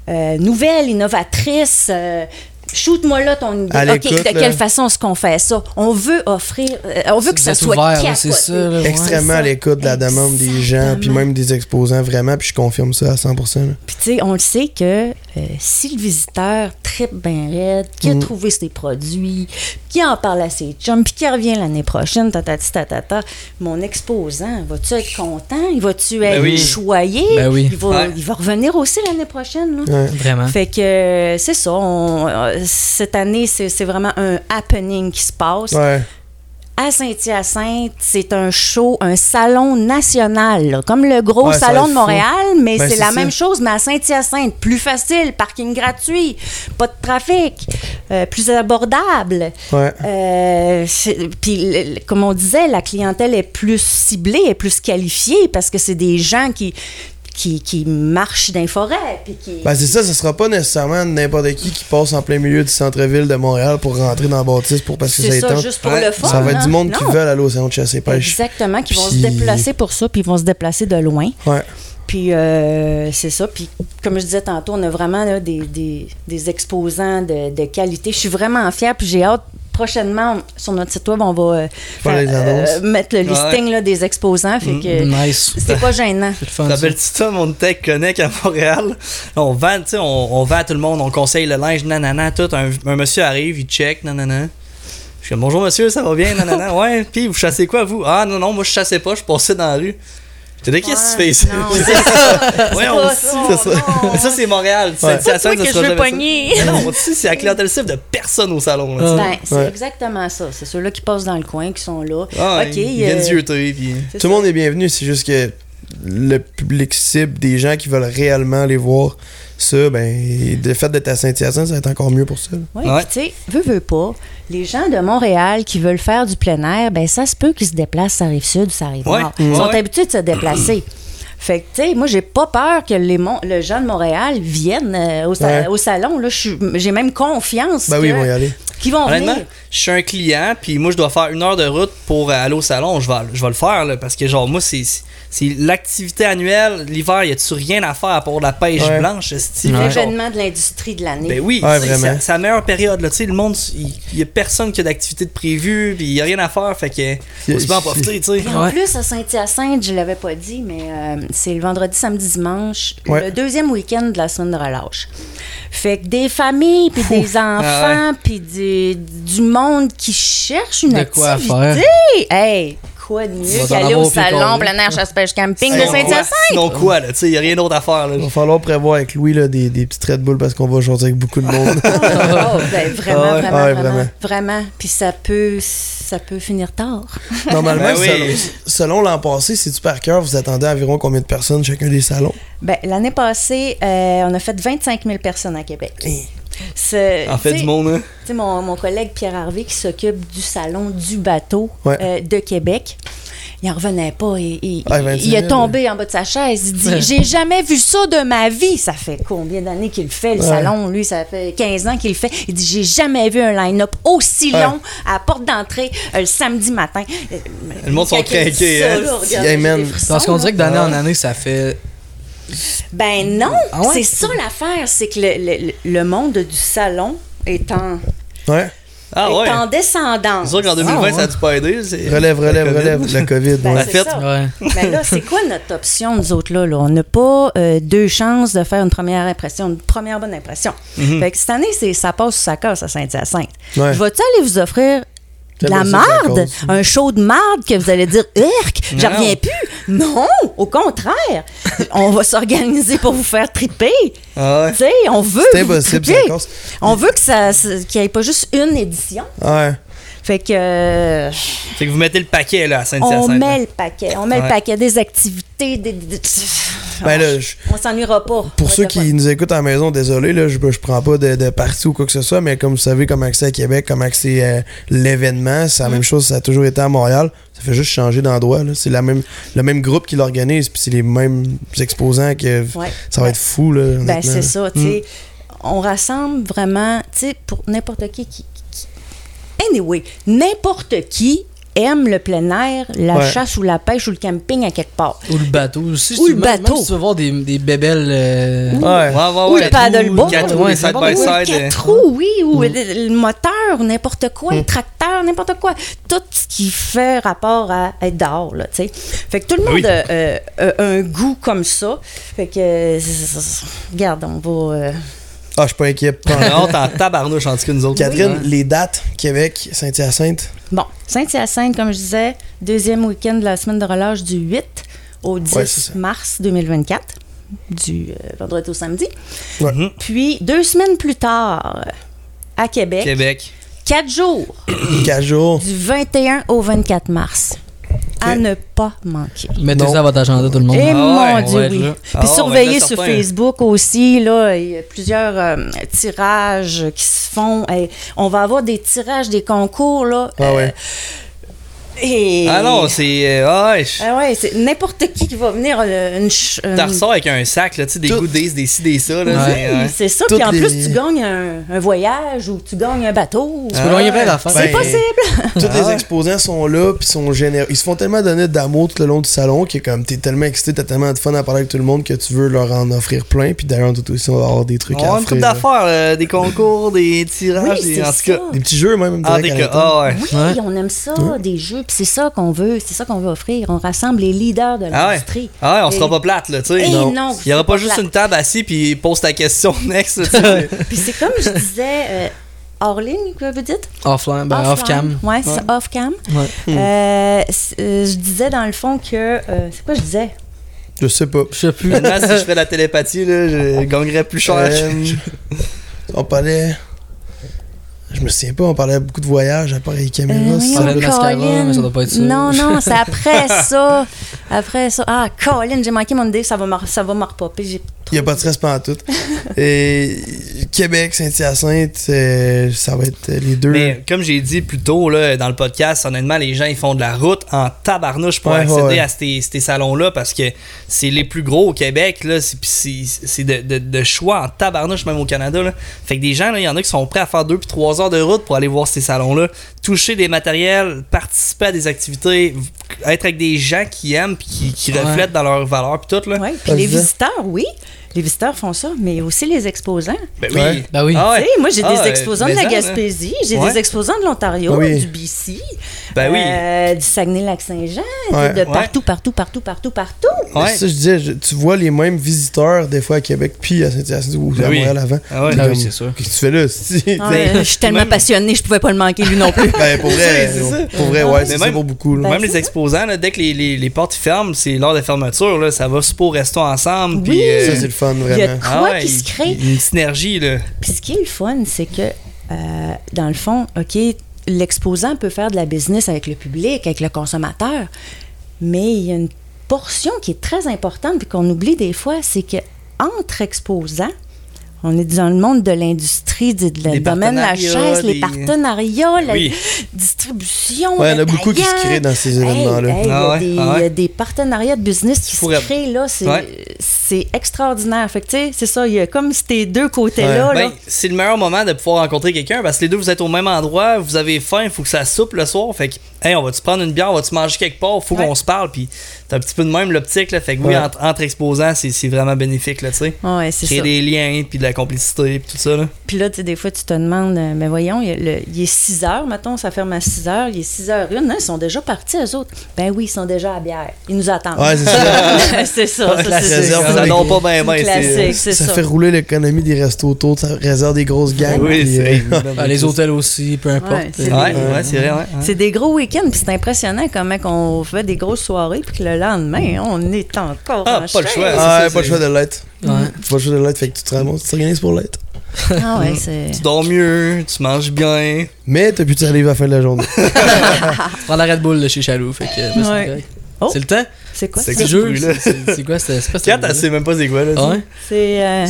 B: euh, nouvelle, innovatrice. euh, Shoot-moi là ton idée.
A: À
B: OK,
A: l'écoute,
B: de quelle
A: là.
B: façon est-ce qu'on fait ça? On veut offrir, euh, on veut que
D: Vous
B: ça
D: êtes
B: soit
D: ouvert,
B: capoté.
D: là, c'est ça, là, ouais.
A: Extrêmement à l'écoute de la demande des gens, puis
B: Exactement.
A: même des exposants, vraiment, puis je confirme ça à 100%. là.
B: Puis, tu sais, on le sait que euh, si le visiteur tripe bien raide, qu'il a trouvé ses produits, qu'il en parle à ses chums, puis qu'il revient l'année prochaine, tatati, tatata, mon exposant, va-tu être content? Il va-tu être
C: oui.
B: choyé?
D: Ben oui.
B: Il, va,
C: Ouais.
B: il va revenir aussi l'année prochaine. là.
A: Ouais.
D: Vraiment.
B: Fait que euh, c'est ça. on- euh, cette année, c'est c'est vraiment un happening qui se passe.
A: Ouais.
B: À Saint-Hyacinthe, c'est un show, un salon national, là, comme le gros
A: Ouais, ça va
B: salon
A: être
B: de
A: fou.
B: Montréal, mais
A: Ben,
B: c'est
A: c'est
B: la
A: ça.
B: même chose, mais à Saint-Hyacinthe. Plus facile, parking gratuit, pas de trafic, euh, plus abordable.
A: Ouais.
B: Euh, c'est- Puis, le- le- comme on disait, la clientèle est plus ciblée, est plus qualifiée parce que c'est des gens qui, qui, qui marchent dans les forêts. Puis qui,
A: Ben c'est ça, ce sera pas nécessairement n'importe qui qui passe en plein milieu du centre-ville de Montréal pour rentrer dans la bâtisse pour parce que ça
B: c'est ça,
A: étend.
B: juste pour
C: Ouais.
B: le fun.
A: Ça va être
B: hein.
A: du monde qui
B: Non.
A: veulent aller au salon de chasse et pêche.
B: Exactement, qui vont
A: Puis-
B: se déplacer pour ça, puis ils vont se déplacer de loin.
A: Ouais.
B: Puis euh, c'est ça. Puis comme je disais tantôt, on a vraiment là, des, des- des exposants de, de qualité. Je suis vraiment fière. Puis j'ai hâte. Prochainement, sur notre site web, on va euh,
A: Faire les annonces. Mm-hmm.
B: mettre le listing là, des exposants. Fait que
D: Nice.
B: c'est pas gênant.
D: C'est le fun. ça.
C: T'appelles-tu ça mon Tech Connect à Montréal? On vend, tu sais, on, on vend à tout le monde, on conseille le linge, nanana, tout. Un, un monsieur arrive, il check, nanana. Je suis comme, bonjour monsieur, ça va bien, nanana. ouais, puis vous chassez quoi, vous? Ah non, non, moi je chassais pas, je passais dans la rue. T'es de qu'est-ce que tu fais ça?
B: Non, c'est ça.
C: Ouais,
B: C'est
C: on
B: pas ça,
C: le sait,
B: non.
A: c'est ça.
C: Mais ça, c'est Montréal.
A: Ouais.
C: Cette situation,
E: C'est toi que
C: ça sera
E: je veux
C: jamais ça.
E: pogner.
C: Non, on dit, c'est la clientèle cible de personne au salon. Là,
B: Ben, c'est
A: Ouais.
B: exactement ça. C'est ceux-là qui passent dans le coin, qui sont là.
C: Ah,
B: OK.
C: ils ils viennent
B: euh,
C: zioter, puis.
B: c'est
A: Tout le monde est bienvenu, c'est juste que le public cible des gens qui veulent réellement les voir, ça, ben, le fait d'être à Saint-Hyacinthe, ça va être encore mieux pour ça. là.
B: Oui,
C: Ouais.
B: puis tu sais, veux, veux pas, les gens de Montréal qui veulent faire du plein air, ben ça se peut qu'ils se déplacent, ça arrive sud, ça arrive
C: Ouais,
B: nord. Ils
C: ouais,
B: sont
C: ouais.
B: habitués de se déplacer. Fait que, tu sais, moi, j'ai pas peur que les mon- le gens de Montréal viennent euh, au, sa-
A: Ouais.
B: au salon. Là, je suis- j'ai même confiance
A: Ben oui,
B: que-
A: ils vont y aller.
B: qu'ils vont
C: Honnêtement,
B: venir.
C: je suis un client, puis moi, je dois faire une heure de route pour euh, aller au salon. Je vais, je vais le faire, là, parce que, genre, moi, c'est c'est l'activité annuelle. L'hiver, y a-tu rien à faire à part de la pêche
A: Ouais.
C: blanche, style?
B: L'événement de l'industrie de l'année.
C: Ben oui,
A: Ouais,
C: c'est-
A: vraiment.
C: c'est c'est la meilleure période. Là. Tu sais, Le monde, il il y a personne qui a d'activité de prévu, puis il n'y a rien à faire, fait que faut se bien en profiter. tu sais.
B: Puis en
D: Ouais.
B: plus, à Saint-Hyacinthe, je l'avais pas dit, mais euh, c'est le vendredi, samedi, dimanche,
A: Ouais.
B: le deuxième week-end de la semaine de relâche. Fait que des familles, puis des
A: Ah
B: enfants, puis des- du monde qui cherche une
D: De quoi
B: activité. Hey, quoi de
D: vas
B: mieux
D: en
B: qu'aller
D: avoir
B: au
D: au pied
B: salon
D: carré.
B: plein air chasse-pêche camping de
C: Sinon quoi-
B: Saint-Hyacinthe?
C: Sinon quoi, là, tu sais, il n'y a rien d'autre à faire. Là.
A: Il va falloir prévoir avec Louis là, des, des petites Red Bull parce qu'on va chanter avec beaucoup de monde.
B: Oh, ben, vraiment,
A: Ah ouais.
B: vraiment,
A: Ah ouais,
B: vraiment,
A: vraiment.
B: vraiment. Puis ça peut, ça peut finir tard.
A: Normalement,
C: Ben oui.
A: selon, selon l'an passé, si tu par cœur, vous attendez environ combien de personnes chacun des salons?
B: Ben, l'année passée, euh, on a fait 25 000 personnes à Québec. C'est-
C: En fait,
B: tu sais,
C: du monde, hein.
B: Tu sais, mon, mon collègue Pierre Harvey qui s'occupe du salon du bateau
A: Ouais.
B: euh, de Québec. Il en revenait pas. Il, il,
A: Ah, 26 000,
B: il est tombé en bas de sa chaise. Il dit J'ai jamais vu ça de ma vie. Ça fait combien d'années qu'il le fait, le
A: Ouais.
B: salon Lui, ça fait 15 ans qu'il le fait. Il dit J'ai jamais vu un line-up aussi
A: Ouais.
B: long à la porte d'entrée euh, le samedi matin. Euh,
C: Le monde sont
B: quand il dit
C: craqués,
B: ça,
C: hein.
B: là, regarde,
A: Yeah,
B: j'ai
A: man.
B: des frissons,
D: Parce qu'on
B: là.
D: dirait que d'année en année, ça fait.
B: Ben non,
D: Ah ouais?
B: c'est ça l'affaire, c'est que le, le- le monde du salon est en,
A: Ouais.
C: Ah
B: est
C: ouais.
B: en descendance.
C: C'est sûr qu'en 2020, ça a dû pas aider. c'est-
A: Relève, relève,
C: La COVID.
A: relève. La COVID.
B: Ben,
A: ouais.
B: c'est
C: fête.
B: ça.
D: Ouais.
B: Mais là, c'est quoi notre option, nous autres, là? là? On n'a pas euh, deux chances de faire une première impression, une première bonne impression. Fait que cette année, c'est ça passe ou ça casse à Saint-Hyacinthe.
A: Mm-hmm. Ouais.
B: Je vais-tu aller vous offrir de la
A: Tellement ça, ça
B: marde,
A: cause.
B: un show de marde que vous allez dire « Urk, j'en
C: Non.
B: reviens plus! » Non, au contraire, on va s'organiser pour vous faire triper.
C: Ah ouais.
B: Tu sais, on veut
A: C'est
B: vous
A: impossible, ça
B: triper.
A: casse.
B: On veut que ça, qu'il n'y ait pas juste une édition.
A: Ouais.
B: Fait que... euh,
C: Fait que vous mettez le paquet là, à
B: on
C: Saint-Hyacinthe. hein. là.
B: met le paquet. On met
C: Ouais.
B: le paquet des activités. Des, des- des-
A: Ben là, je-
B: on s'ennuiera pas.
A: Pour
B: Ouais,
A: ceux
B: de
A: qui nous écoutent à la maison, désolé, là, je, je prends pas de, de parti ou quoi que ce soit, mais comme vous savez, comme accès à Québec, comme accès à l'événement, c'est la
B: Mm.
A: même chose, ça a toujours été à Montréal. Ça fait juste changer d'endroit. là. C'est la même, le même groupe qui l'organise, puis c'est les mêmes exposants que
B: Ouais.
A: ça va être fou. Là, Hmm.
B: quoi.
A: honnêtement.
B: Ben, c'est ça, tu sais. On rassemble vraiment, tu sais, pour n'importe qui, qui, qui- Anyway, n'importe qui aime le plein air, la
A: Ouais.
B: chasse ou la pêche ou le camping à quelque part.
D: Ou le bateau aussi.
B: Ou
D: si
B: le
D: tu- même-
B: bateau.
D: Même si tu veux voir des, des bébelles. euh,
A: Ouais.
C: Ouais, ouais,
B: Ou
C: Ah ouais.
B: le
C: quatre roues,
B: paddleboard.
C: quatre roues,
D: Ouais,
C: les
D: c'est
C: side
D: bon.
C: by
D: Ouais,
C: side, euh.
B: quatre roues, oui, ou le, le moteur, ou n'importe quoi,
A: Mm.
B: le tracteur, n'importe quoi. Tout ce qui fait rapport à être dehors, là, tu sais. Fait que tout le monde
C: oui.
B: a, euh, a un goût comme ça. Fait que, euh, regarde, on va... euh,
A: Ah, je suis pas inquiet. pas
C: On
A: en-
C: a honte en tabarnouche en tout cas, nous autres.
A: Catherine, les dates, Québec, Saint-Hyacinthe.
B: Bon, Saint-Hyacinthe, comme je disais, deuxième week-end de la semaine de relâche du 8 au 10
A: Ouais, c'est ça.
B: mars 2024, du euh, vendredi au samedi.
A: Ouais.
C: Mhm.
B: Puis, deux semaines plus tard, à Québec,
C: Québec.
B: quatre jours,
A: Quatre jours.
B: du 21 au 24 mars. À
A: Ok.
B: ne pas manquer.
D: Mettez
A: Non.
D: ça à votre agenda, tout le monde.
B: Eh
C: Ah ouais,
B: mon
C: on va
B: Dieu,
C: être
B: oui.
C: là.
B: Puis
C: Ah ouais, on va être
B: surveillez
C: là
B: sur
C: certain.
B: Facebook aussi, là, il y a plusieurs euh, tirages qui se font. Eh, on va avoir des tirages, des concours, là.
A: Ah
B: euh,
A: ouais.
B: Et...
C: Ah non, c'est. euh, ah ouais, je-
B: Ah ouais, c'est n'importe qui qui va venir euh, une ch-
C: T'en
B: une-
C: ressors avec un sac, là, tu sais, des
A: Tout-
C: goodies, des ci, des ça, là.
D: Ouais.
C: c'est, euh,
B: C'est ça,
A: Toutes
B: puis en
A: les-
B: plus, tu gagnes un, un voyage ou tu gagnes un bateau.
D: Tu peux gagner plein d'affaires.
A: Ben,
B: C'est possible!
A: Tous
C: Ah
A: les
C: ouais.
A: exposants sont là, puis sont généreux. Ils se font tellement donner d'amour tout le long du salon que comme t'es tellement excité, t'as tellement de fun à parler avec tout le monde que tu veux leur en offrir plein. Puis d'ailleurs, tout aussi, on va avoir des trucs à
C: On a Ah, une
A: offrir.
C: couple
A: là.
C: d'affaires, euh, des concours, des tirages,
B: Oui,
C: des.
B: c'est
C: En tout cas.
B: ça.
A: Des petits jeux même.
C: En
A: direct
C: tout
A: à
C: cas,
A: l'intérieur.
C: ah ouais.
B: Oui,
D: Ouais.
B: on aime ça, des jeux, puis c'est ça qu'on veut, c'est ça qu'on veut offrir. On rassemble les leaders de
C: Ah ouais.
B: l'industrie.
C: Ah ouais, on sera
B: Et-
C: pas plate, là, tu sais.
B: Eh non,
C: Il y aura
B: c'est
C: pas
B: pas
C: juste
B: plate.
C: une table assise puis pose ta question next, là, tu sais.
B: Puis c'est comme je disais, euh, hors ligne, que vous dites?
D: Offline, ben, off-cam.
B: Oui, c'est off-cam.
D: Ouais. Hmm.
B: Euh, c'est- euh, je disais dans le fond que. euh, c'est quoi je disais?
A: Je sais pas.
D: Je sais plus.
C: Maintenant, si je fais de la télépathie, là, je gagnerais plus cher.
A: Euh, on parlait. Je me souviens pas, on parlait beaucoup de voyages à part les caméras.
B: Euh,
A: c'est
D: Ça
A: ça.
D: va être mascara,
B: Colin.
D: mais ça doit pas être ça.
B: Non, non, c'est après ça. Après ça. Ah, Colin, j'ai manqué mon idée, ça va me, ça va me repopper. J'ai-
A: Il n'y a pas de stress pendant tout. Et Québec, Saint-Hyacinthe, euh, ça va être les deux.
C: Mais comme j'ai dit plus tôt là, dans le podcast, honnêtement, les gens ils font de la route en tabarnouche pour
A: Ouais,
C: accéder
A: ouais.
C: à ces, ces salons-là parce que c'est les plus gros au Québec. Là, c'est, puis c'est, c'est de, de- de choix en tabarnouche même au Canada. Là. Fait que des gens, là, il y en a qui sont prêts à faire deux puis trois heures de route pour aller voir ces salons-là, toucher des matériels, participer à des activités, être avec des gens qui aiment puis qui, qui
D: Ouais.
C: reflètent dans leurs valeurs puis tout. Là.
B: Ouais,
A: Ah,
B: puis les
A: je sais.
B: visiteurs, oui. Les visiteurs font ça, mais aussi les exposants.
C: Ben
A: Ouais.
D: Ben oui.
C: Ah ouais.
B: Tu sais, moi, j'ai
C: Ah,
B: des
C: euh,
B: exposants de
C: mais
B: la
C: en, là.
B: Gaspésie, j'ai
C: Ouais.
B: des exposants de l'Ontario,
A: Oui.
B: du BC,
C: Ben oui.
B: euh, du Saguenay-Lac-Saint-Jean,
A: Ouais.
B: de
C: Ouais.
B: partout, partout, partout, partout, partout.
C: Ouais.
A: Ça, je disais, je- tu vois les mêmes visiteurs des fois à Québec, puis à Saint-Hyacinthe ou à
C: Ben oui.
A: Montréal avant.
C: Ah ouais.
A: Puis
D: Ben oui,
A: comme,
D: c'est sûr.
A: Qu'est-ce que tu fais là? si?
B: Ah,
C: Mais-
B: euh, je suis tellement
C: même-
B: passionnée, je pouvais pas le manquer lui non plus.
A: Ben, pour vrai,
C: C'est ça.
A: pour
B: Ah
A: vrai,
C: Mais
A: ouais, c'est ça
C: même-
A: vaut beaucoup. là.
B: Ben,
C: Même
B: c'est
C: les
B: ça.
C: exposants, là, dès que les, les, les portes ferment, c'est l'heure de fermeture, là, ça va super au resto ensemble.
B: Oui.
C: Puis, euh,
A: ça, c'est le fun,
B: Il y a
A: vraiment.
B: de
C: ah
B: quoi
C: ouais,
B: qui se crée.
C: Une synergie, là.
B: Puis ce qui est le fun, c'est que, euh, dans le fond, OK, l'exposant peut faire de la business avec le public, avec le consommateur, mais il y a une portion qui est très importante puis qu'on oublie des fois, c'est que entre exposants, on est dans le monde de l'industrie, du- de-
C: Les
B: le domaine de la
C: partenariats,
B: chaise,
C: les-
B: les partenariats, la
C: Oui.
B: distribution.
A: Ouais, il y en
B: le
A: a beaucoup qui se
B: taillant.
A: créent dans ces
B: Hey,
A: événements-là.
B: hey, il y a
C: Ah ouais,
B: des-
C: ah ouais.
B: il y a des partenariats de business qui
C: Pourrait-
B: se créent là, c'est
C: Ouais.
B: c'est extraordinaire. Fait que tu sais, c'est ça, il y a comme ces deux côtés-là. là.
C: Ben, c'est le meilleur moment de pouvoir rencontrer quelqu'un parce que les deux, vous êtes au même endroit, vous avez faim, il faut que ça soupe le soir. Fait que, hey, on va-tu prendre une bière, on va-tu manger quelque part, faut
B: Ouais.
C: qu'on se parle. Puis, t'as un petit peu de même l'optique, là. Fait que, oui,
A: Ouais.
C: entre, entre exposants, c'est c'est vraiment bénéfique, là, tu sais.
B: Ah Ouais, c'est
C: Créer
B: ça.
C: des liens, puis de la complicité, puis tout ça, là.
B: Puis là, tu sais, des fois, tu te demandes, euh, mais voyons, il, y a le- il est 6 heures, mettons, ça ferme à 6 heures, il est 6 heures une, hein, ils sont déjà partis, eux autres. Ben oui, ils sont déjà à bière. Ils nous attendent.
A: Ouais, c'est ça.
B: c'est ça, ça, c'est
A: réserve,
B: ça.
C: Ça dort pas bien, euh,
B: C'est
C: bien.
B: classique, c'est
A: Ça
B: ça.
A: fait rouler l'économie des restos autour, ça réserve des grosses gangs. puis,
C: Oui, c'est.
A: euh,
D: Ah, les hôtels aussi, peu
B: Ouais,
D: importe.
B: c'est-
C: Ouais, ouais, c'est vrai, ouais.
B: C'est des gros week-ends, puis c'est impressionnant comment on fait des grosses soirées, puis que le lendemain, on est encore
C: Mm. Ah,
B: en
C: pas le
B: chaise.
C: choix.
A: Ah,
C: c'est
A: ouais,
C: ça,
A: pas le choix de l'être.
D: Ouais.
A: Pas le choix de l'être, fait que tu te ramasses, tu t'organises pour l'être.
B: Ah
C: Mm.
B: ouais, c'est...
C: Tu dors mieux, tu manges bien.
A: Mais t'as pu te à la fin de la journée.
D: Prends la Red Bull de chez Chaloux, fait que. ben, c'est
B: Ouais.
D: correct.
B: Oh.
D: C'est le temps.
B: C'est quoi?
C: C'est
D: C'est
C: quoi
D: le
C: ce
D: jeu.
C: bruit-là?
D: c'est- C'est c'est quoi C'est c'est pas
C: Kat, elle sait même pas c'est quoi, là. tu sais.
D: Ah ouais
B: C'est... euh,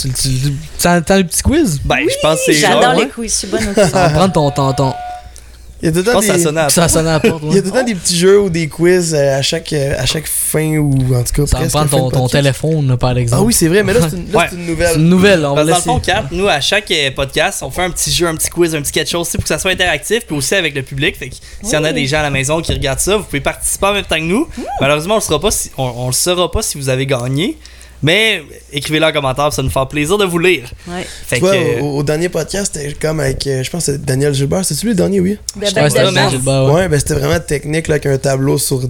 D: Tu tu- tu- t'as- t'as le petit quiz
C: Ben, je pense que c'est
B: J'adore
C: genre,
B: les
C: ouais.
B: quiz, je suis bonne au quiz.
D: Ça va prendre ton ton ton.
A: Il y a tout le
C: Je
A: temps
C: pense que ça
A: des-
C: sonnait à
D: Ça sonne à la porte.
A: il y a
D: ouais.
A: tout le temps des petits jeux ou des quiz euh, à chaque, euh, à chaque fin ou en tout cas
D: Ça va
A: presque
D: prendre
A: fin de
D: ton, ton
A: podcast.
D: téléphone, là, par exemple.
A: Ah oui, c'est vrai, mais là, c'est une, là,
C: Ouais.
A: c'est une
D: C'est
A: nouvelle.
D: une nouvelle, on va
C: Parce que dans le
D: laisser.
C: fond, Kat, nous, à chaque euh, podcast, on fait un petit jeu, un petit quiz, un petit quelque chose aussi pour que ça soit interactif, puis aussi avec le public. Fait que s'il y en a
B: Oui. Mmh.
C: des gens à la maison qui regardent ça, vous pouvez participer en même temps que nous. Malheureusement, on le, saura pas si, on, on le saura pas si vous avez gagné. Mais écrivez-le en commentaire, ça nous fera plaisir de vous lire.
B: Ouais.
C: Fait
A: Tu vois,
C: que.
A: au, au dernier podcast, c'était comme avec, euh, je pense, que c'était Daniel Gilbert. C'est-tu lui le dernier, oui?
B: Ben,
D: Ouais,
B: ben,
D: c'est
C: Ouais,
D: le
B: ben,
D: Gilbert, Ah ouais.
A: Ouais, ben c'était vraiment technique, là, avec un tableau sur.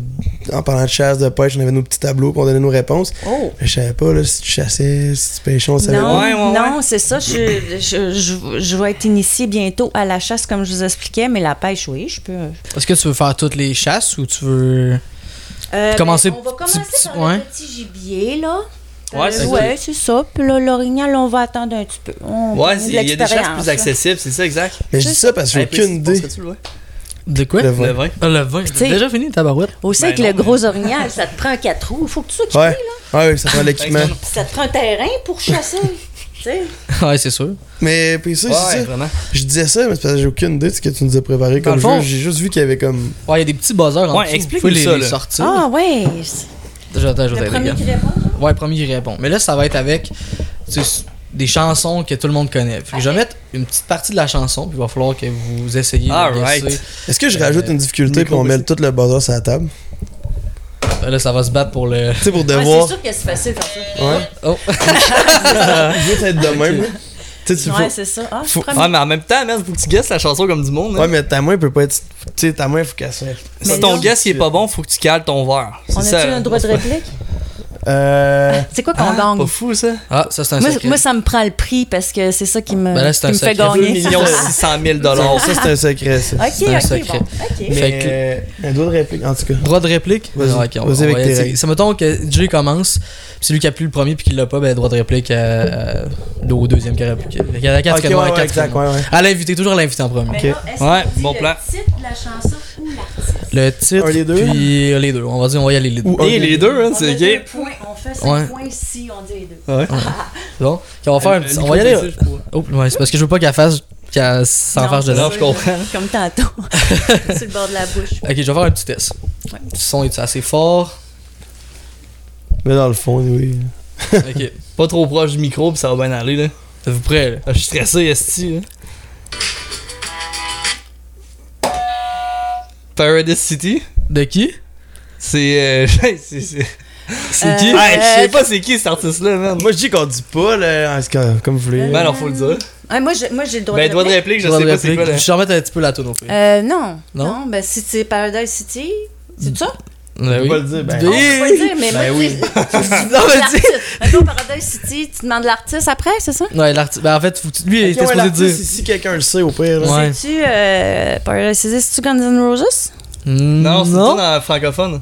A: En parlant de chasse, de pêche, on avait nos petits tableaux, pour on donnait nos réponses.
B: Oh!
A: Je savais pas, là, si tu chassais, si tu pêchais, on savait
B: Non,
A: pas.
C: Ouais, ouais,
B: non, c'est ça. Je, je, je, je vais être initiée bientôt à la chasse, comme je vous expliquais, mais la pêche, oui, je peux.
D: Est-ce que tu veux faire toutes les chasses ou tu veux.
B: Euh,
D: Commencer
B: ben, on va
D: petit-
B: commencer
D: petit-
B: par
D: ouais.
B: le petit gibier, là.
C: Ouais,
B: Euh,
C: c'est
B: ouais, c'est ça. Puis là, l'orignal, on va attendre un petit peu. On
C: Ouais,
B: prend de
C: il y a des
B: l'expérience,
C: chasses plus
B: là.
C: accessibles, c'est ça, exact.
A: Mais je dis ça parce que j'ai
C: Hey,
A: aucune
C: puis,
A: idée.
C: penserais-tu le vin?
D: De quoi
A: Le
D: Le,
A: vin.
C: Le vin.
D: le vin.
B: Tu sais-
D: Déjà fini ta barouette.
B: Aussi,
C: Ben
B: avec
C: non,
B: le
C: mais-
B: gros orignal, ça te prend quatre roues. Faut que tu sois équipé,
A: Ouais.
B: là.
A: Ouais, ça prend l'équipement.
B: Ça te prend un terrain pour chasser. Tu sais?
D: ouais, c'est sûr.
A: Mais puis ça, c'est ça.
C: vraiment.
A: Je disais ça, mais c'est parce que j'ai aucune idée de ce que tu nous as préparé
D: Dans
A: comme
D: le fond-
A: jeu. J'ai juste vu qu'il y avait comme.
D: Ouais, il y a des petits buzzers en
C: Ouais,
D: dessous.
C: explique-nous
D: Faut les,
C: ça,
D: les
C: là.
D: sortir.
B: Ah, ouais.
D: J'attends,
B: Le
D: j'attends, les
B: premier
D: gars.
B: qui répond.
D: Ouais, premier qui répond. Mais là, ça va être avec tu sais, des chansons que tout le monde connaît. Fait que je vais mettre une petite partie de la chanson, puis il va falloir que vous essayiez de
C: Alright.
D: guesser.
A: Est-ce que je rajoute une difficulté puis on met tout le bazar sur la table
D: Là, ça va se battre pour le.
A: Tu sais, pour
B: Ouais,
A: devoir.
B: c'est sûr que c'est facile comme ça.
A: Ouais.
D: Oh!
A: Juste être de même. là. Tu sais, tu
B: Ouais,
A: faut-
B: c'est ça. Ah,
A: Faut-
B: premier.
C: Ouais, mais en même temps, man, faut que tu guesses la chanson comme du monde.
A: Ouais,
C: hein.
A: mais ta main peut pas être. Tu sais, ta main, faut qu'elle soit.
B: Mais
C: Si ton
B: non.
C: guess il est pas bon, faut que tu cales ton verre.
B: On
C: C'est
B: a-tu
C: ça. hein.
B: un droit de réplique?
A: Euh.
B: C'est quoi qu'on
C: Ah,
B: gagne?
C: Pas fou ça.
D: Ah, ça, c'est un
B: Moi,
D: secret.
B: moi, ça me prend le prix parce que c'est ça qui me,
D: Ben là, c'est
B: qui
D: un
B: me fait
D: secret.
C: 2
B: gagner.
C: millions 600 000 dollars.
A: Ça, c'est un secret, ça.
B: Ok,
D: C'est un
B: ok, bon.
D: secret.
B: Ok.
A: Mais
D: Fait que-
A: euh, un doigt de réplique, en tout cas.
D: Droit de réplique?
A: Vas-y.
D: Ah, ok,
A: Vas-y
D: on- on va
A: avec tes
D: essayer.
A: règles.
D: C'est mettons que Jay commence, puis c'est lui qui a plus le premier puis qu'il l'a pas, ben droit de réplique à- à- au deuxième qui a répliqué. Il y en a quatre
A: Ok,
D: qui
A: ouais,
D: ont-
A: ouais,
D: quatre
A: exact,
D: qui ont-
A: ouais, ouais.
D: À l'invité, toujours l'invité en premier.
A: Ok.
C: Ouais, bon plan.
B: titre de la chanson ou l'artiste?
D: Le titre,
A: Un, les deux?
D: puis euh, les deux. On va dire, on va y aller les deux.
A: Ou
C: Et les deux, hein,
B: On a
C: c'est Ah
B: deux
C: gay.
B: points. On fait
D: Ouais.
B: cinq points si on dit les deux.
D: Bon, ok, on va
C: Euh,
D: faire un petit- On va y aller. Oh, ouais, c'est parce que je veux pas qu'elle fasse. qu'elle s'en
B: Non,
D: fasse de
B: c'est
D: là.
C: je
B: sûr,
C: comprends.
B: Comme tantôt. Sur le bord de la bouche.
D: Ok, je vais faire un petit test.
B: Ouais.
D: Le son est assez fort?
A: Mais dans le fond, oui.
D: Ok.
C: Pas trop proche du micro, puis ça va bien aller là.
D: Êtes-vous prêts, là?
C: Ah, Je suis stressé, esti. là. Paradise City,
D: De qui?
C: c'est. euh, c'est c'est-
D: C'est
B: Euh,
D: qui?
C: Hey, je sais
B: Euh,
C: pas c'est qui cet artiste-là, man.
A: Moi, je dis qu'on dit pas, là. en tout cas, Comme vous voulez.
C: Ben alors, faut le dire.
B: Ah, moi, je- moi, j'ai le droit
C: Ben,
B: de
C: doigt de
B: réplique.
C: réplique, je
D: Droit
C: sais
D: de
C: pas c'est
D: réplique.
C: quoi là.
D: Je vais remettre un petit peu la toune au pire.
B: Euh, non.
D: Non?
B: Non? ben si c'est Paradise City, c'est ça?
D: Ben
A: On va le dire, ben.
D: Deux.
A: on-
B: On va le dire, mais
A: Ben
B: moi,
A: oui.
B: tu sais,
D: Non, mais tu sais-
B: Mettons Paradise City, tu demandes l'artiste après, c'est ça?
D: Ouais, l'artiste. Ben, en fait, faut que tu- lui, il
A: Ok,
D: était
A: ouais,
D: supposé
A: l'artiste,
D: dire.
A: Si si quelqu'un le sait, au pire. là.
D: Ouais.
B: C'est-tu euh, Paradise City, c'est-tu Guns N' Roses?
C: Non,
D: Non,
C: c'est tout dans le francophone.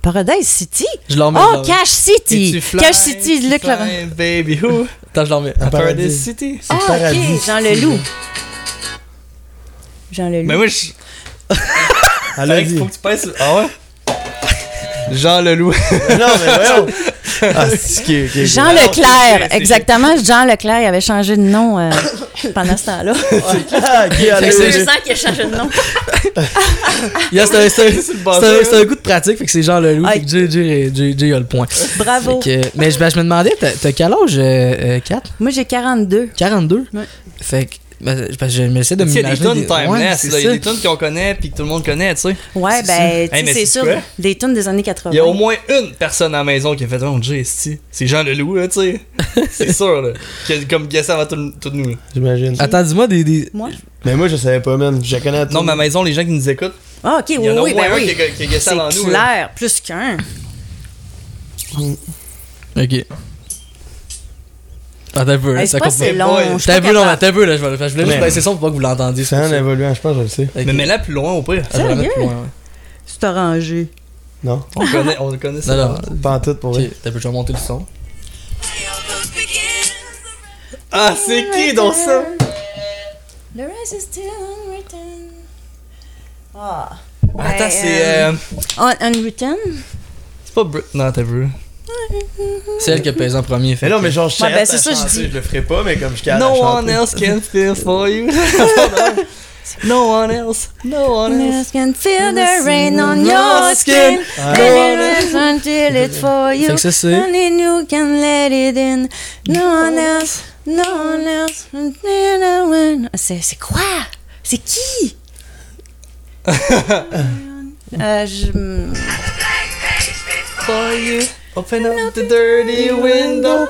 B: Paradise City?
D: Je l'en mets. je l'en
B: Oh,
D: mets.
B: Cash
C: bah Et
B: City!
C: tu fly,
B: Cash City,
C: tu
B: Luc
C: fly,
B: Laurent.
C: Baby who?
D: Attends, je l'en mets.
A: Un paradis.
C: Paradise City.
D: Mm.
B: Ah,
A: le paradis,
B: ok, Jean Leloup. Jean Leloup.
C: Mais moi, je.
A: Elle a
C: Alex,
A: dit.
C: faut que tu passes. Ah ouais? Jean Leloup.
A: Non, mais voyons. Ah, c'est qui, ok, ok.
B: Jean
C: Alors, c'est-
B: Leclerc,
C: c'est-
B: exactement. Jean Leclerc il avait changé de nom euh, pendant ce temps-là.
A: Ah, Guy, elle a
D: Fait que
A: dit.
D: c'est-
B: qu'il a changé de nom.
D: Yeah, c'est un, c'est un-
C: le
D: c'est un-
C: buzzer.
D: c'est un coup de pratique, fait que c'est Jean Leloup.
B: Ah.
D: Fait que Jay, Jay, Jay, Jay a le point. Fait
B: Bravo.
D: que- mais je, ben, je me demandais, t'as t'as quel âge, euh, 4
B: Moi, j'ai 42.
D: 42
B: Ouais.
D: Fait que. Ben, je, ben, je m'essaie de
C: Tu sais, Il y a des
D: m'imaginer.
C: tunes timeless,
D: c'est
C: là. Il y a
D: ça.
C: des tunes qu'on connaît puis que tout le monde connaît, tu sais.
B: Ouais, ben, tu sais,
C: Hey, mais
B: c'est
C: c'est
B: sûr,
C: quoi?
B: des tunes des années 80.
C: Il y a au moins une personne à la maison qui a fait Oh, GST. C'est Jean Leloup, là, tu sais. C'est sûr, là. Qui a comme guessé avant tout, tout nous. là.
A: J'imagine.
D: Attends, dis-moi des. des...
B: Moi?
A: Mais moi, je savais pas, man. Je connais tout.
C: Non, mais à la maison, les gens qui nous écoutent,
B: Ah, ok, oui,
C: il y en a
B: oui,
C: au moins
B: ben
C: un
B: oui.
C: qui, a- qui a guessé
B: C'est
C: avant nous. là.
B: clair, plus qu'un.
D: Ok. Attends un peu, là,
B: Hey,
D: ça
B: c'est pas
D: compte
B: c'est
C: pas.
D: pas.
B: long. je suis
D: T'as un
B: pas
D: peu, non, mais
B: capable.
D: t'as un peu, là. Je voulais- je voulais
A: Mais-
D: juste baisser son pour pas que vous l'entendiez.
A: C'est un évoluant, je pense, je le sais.
C: Mais mets-la plus loin au
D: Ah,
C: pire.
D: ben,
B: Sérieux? C'est orangé.
A: Non,
C: On connaît, on connaît ça.
D: Non, non.
A: pas en tout pour
D: Ok,
A: vrai.
D: t'as un peu, je vais monter le son.
C: Ah, c'est qui donc ça?
B: The rest is still unwritten. Ah.
C: Attends,
B: Ben,
C: c'est. euh,
B: Un- Unwritten?
C: C'est pas Brit. Non, t'as vu.
D: C'est elle qui a pesé en premier.
A: Mais
D: Fait.
A: non, mais genre, je
B: Ouais,
A: sais
B: ben, c'est ça, je dis.
A: le ferai pas, mais comme je calme.
C: No one else can feel for you. no one else. No one else.
B: Nurse can feel the rain on your skin.
C: Ah.
B: Baby, rest until it's for
D: Fait
B: you.
D: que ça, c'est.
B: Only you can let it in. No one else, no one else. no one- Ah, C'est c'est quoi? C'est qui? Euh, je-
C: For you. Open up the dirty window.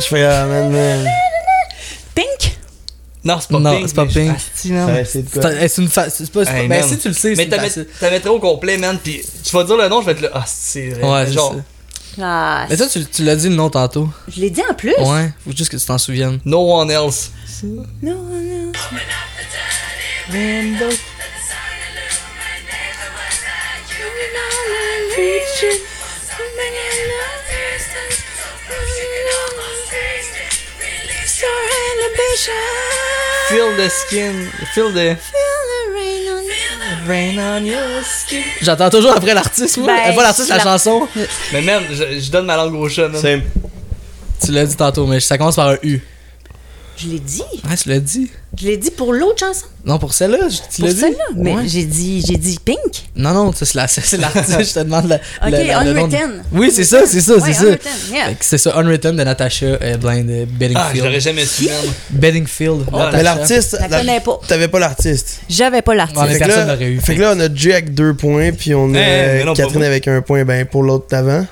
A: Je fais, ah, man, man.
B: Pink?
C: Non, c'est pas
D: Non,
C: Pink.
D: c'est pas
C: mais-
D: Pink.
C: Asti, non.
A: Ouais, c'est de quoi?
D: C'est un- c'est une fa... c'est pas, c'est pas-
C: Hey,
D: ben
C: man.
D: si tu le sais, c'est
C: Mais
D: une
C: t'as
D: facile.
C: t'as mettrais au complet, man. Puis tu vas dire le nom, je vais être là. Ah, c'est vrai.
D: Ouais, c'est
C: Genre,
D: ça.
B: Ah,
D: Mais ça, tu, tu l'as dit le nom tantôt.
B: je l'ai dit en plus.
D: Ouais, faut juste que tu t'en souviennes.
C: no one else.
B: No one else.
C: Feel the skin. Feel the rain on your skin.
D: J'attends toujours après l'artiste, moi.
B: Ben,
D: Euh, pas l'artiste, la
B: la-
D: chanson.
C: Mais man, je, je donne ma langue au chat, man.
A: C'est.
D: Tu l'as dit tantôt, mais ça commence par un U.
B: Je l'ai dit.
D: Ouais, tu l'as dit.
B: Je l'ai dit pour l'autre chanson.
D: Non, pour celle-là, je- tu
B: Pour
D: l'as dit.
B: celle-là. Mais
D: Ouais.
B: j'ai dit j'ai dit Pink.
D: Non, non, ça, c'est la- c'est l'artiste, je te demande la.
B: Ok,
D: la- la- le nom de-
B: Unwritten.
D: Oui, c'est ça, c'est ça,
B: Ouais,
D: c'est ça.
B: Unwritten, yeah.
D: Fait que C'est ça, Unwritten de Natasha euh, Blind
C: Ah,
D: euh,
C: je l'aurais
D: Bedingfield.
C: jamais su, man.
D: Bedingfield.
C: Oh,
D: Natasha.
A: Mais l'artiste.
B: La
A: la-
B: connais pas. Ah,
A: T'avais pas l'artiste.
B: J'avais pas l'artiste.
D: Ouais, mais
A: Fait que
D: personne
A: là-
D: l'aurait eu.
A: Fait que là, on a Jay avec deux points, puis on a
C: Eh, mais non, pas
A: Catherine
C: moi.
A: avec un point. Ben, pour l'autre d'avant,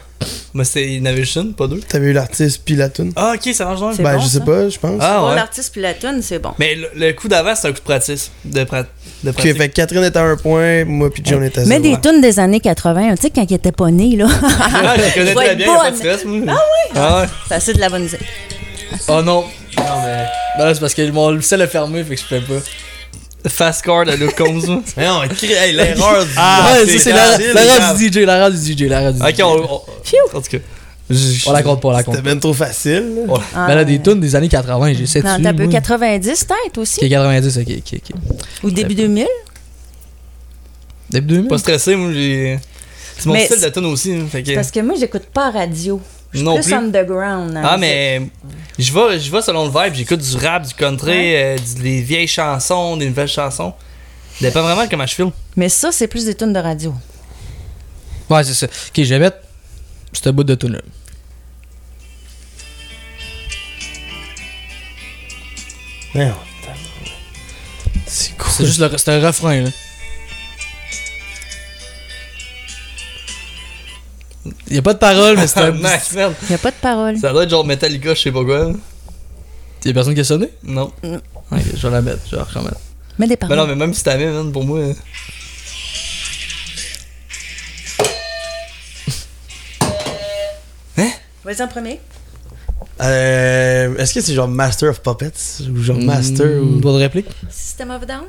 C: Mais c'est Innovation, pas deux.
A: t'avais eu l'artiste, puis la tune.
C: Ah, ok, ça marche donc.
B: C'est
A: Ben,
B: bon,
A: je sais
B: ça.
A: pas, je pense.
C: Ah,
B: Pour
C: ouais.
B: l'artiste puis la tune, c'est bon.
C: Mais le, le coup d'avant, c'est un coup de pratique. De, pra- de
A: Ok,
C: pratique.
A: fait que Catherine était à un point, moi, puis John était à
B: Mais
A: zéro.
B: des tunes des années 80, tu sais, quand ils étaient pas nés, là.
C: Ah, je connais
B: Je vais
C: très
B: être
C: bien, y a pas de
B: bonne.
C: stress, moi. Ah ouais?
B: Ça, c'est de la bonne musique.
D: Oh non. Non, mais. Ben là, c'est parce que mon logiciel a fermé, fait que je peux pas.
C: Fast card à Luke Combs. moi.
A: Mais non, crie- hey, l'erreur du.
C: Ah,
D: ouais,
C: c'est
D: ça, c'est la-
C: facile,
D: l'erreur
C: grave.
D: du DJ, l'erreur du DJ, l'erreur du DJ.
C: ok, on. on en tout cas.
D: On la compte pas, on la compte
A: C'était
D: pas.
A: bien trop facile. là.
D: Ben là, des tunes des années 80, j'ai 7
B: Ah. Non, t'as peu 90 peut-être
D: Qui
B: aussi.
D: est 90, ok, ok, ok.
B: Ou début 2000.
D: Début 2000.
C: Pas stressé, moi, j'ai. C'est mon
B: Mais
C: style de
B: c'est-
C: tune aussi. hein, Fait que...
B: Parce que moi, j'écoute pas radio. Je suis
C: Non
B: plus
C: plus.
B: underground. hein,
C: Ah,
B: c'est-
C: mais je vais, je vais selon le vibe. J'écoute du rap, du country, euh, du- des vieilles chansons, des nouvelles chansons. Dépend vraiment de comment je filme.
B: Mais ça, c'est plus des tunes de radio.
D: Ouais, c'est ça. Ok, je vais mettre ce bout de tune là.
A: Mais non, t'as- C'est cool.
D: C'est juste le, c'est un refrain, là. Y a pas de parole, mais c'est un.
C: Nice, man.
B: Il a pas de parole.
C: Ça doit être genre Metallica, je sais pas quoi. hein.
D: Y'a personne qui a sonné?
C: Non.
D: Ok, je vais la mettre, je vais la remettre.
B: Mais des
C: Mais
B: paroles.
C: non, mais même si t'avais, man, pour moi. euh,
B: Vas-y en premier.
A: Euh, Est-ce que c'est genre Master of Puppets ou genre Master
D: Mm,
A: ou.
D: Droit de réplique?
B: System of a Down.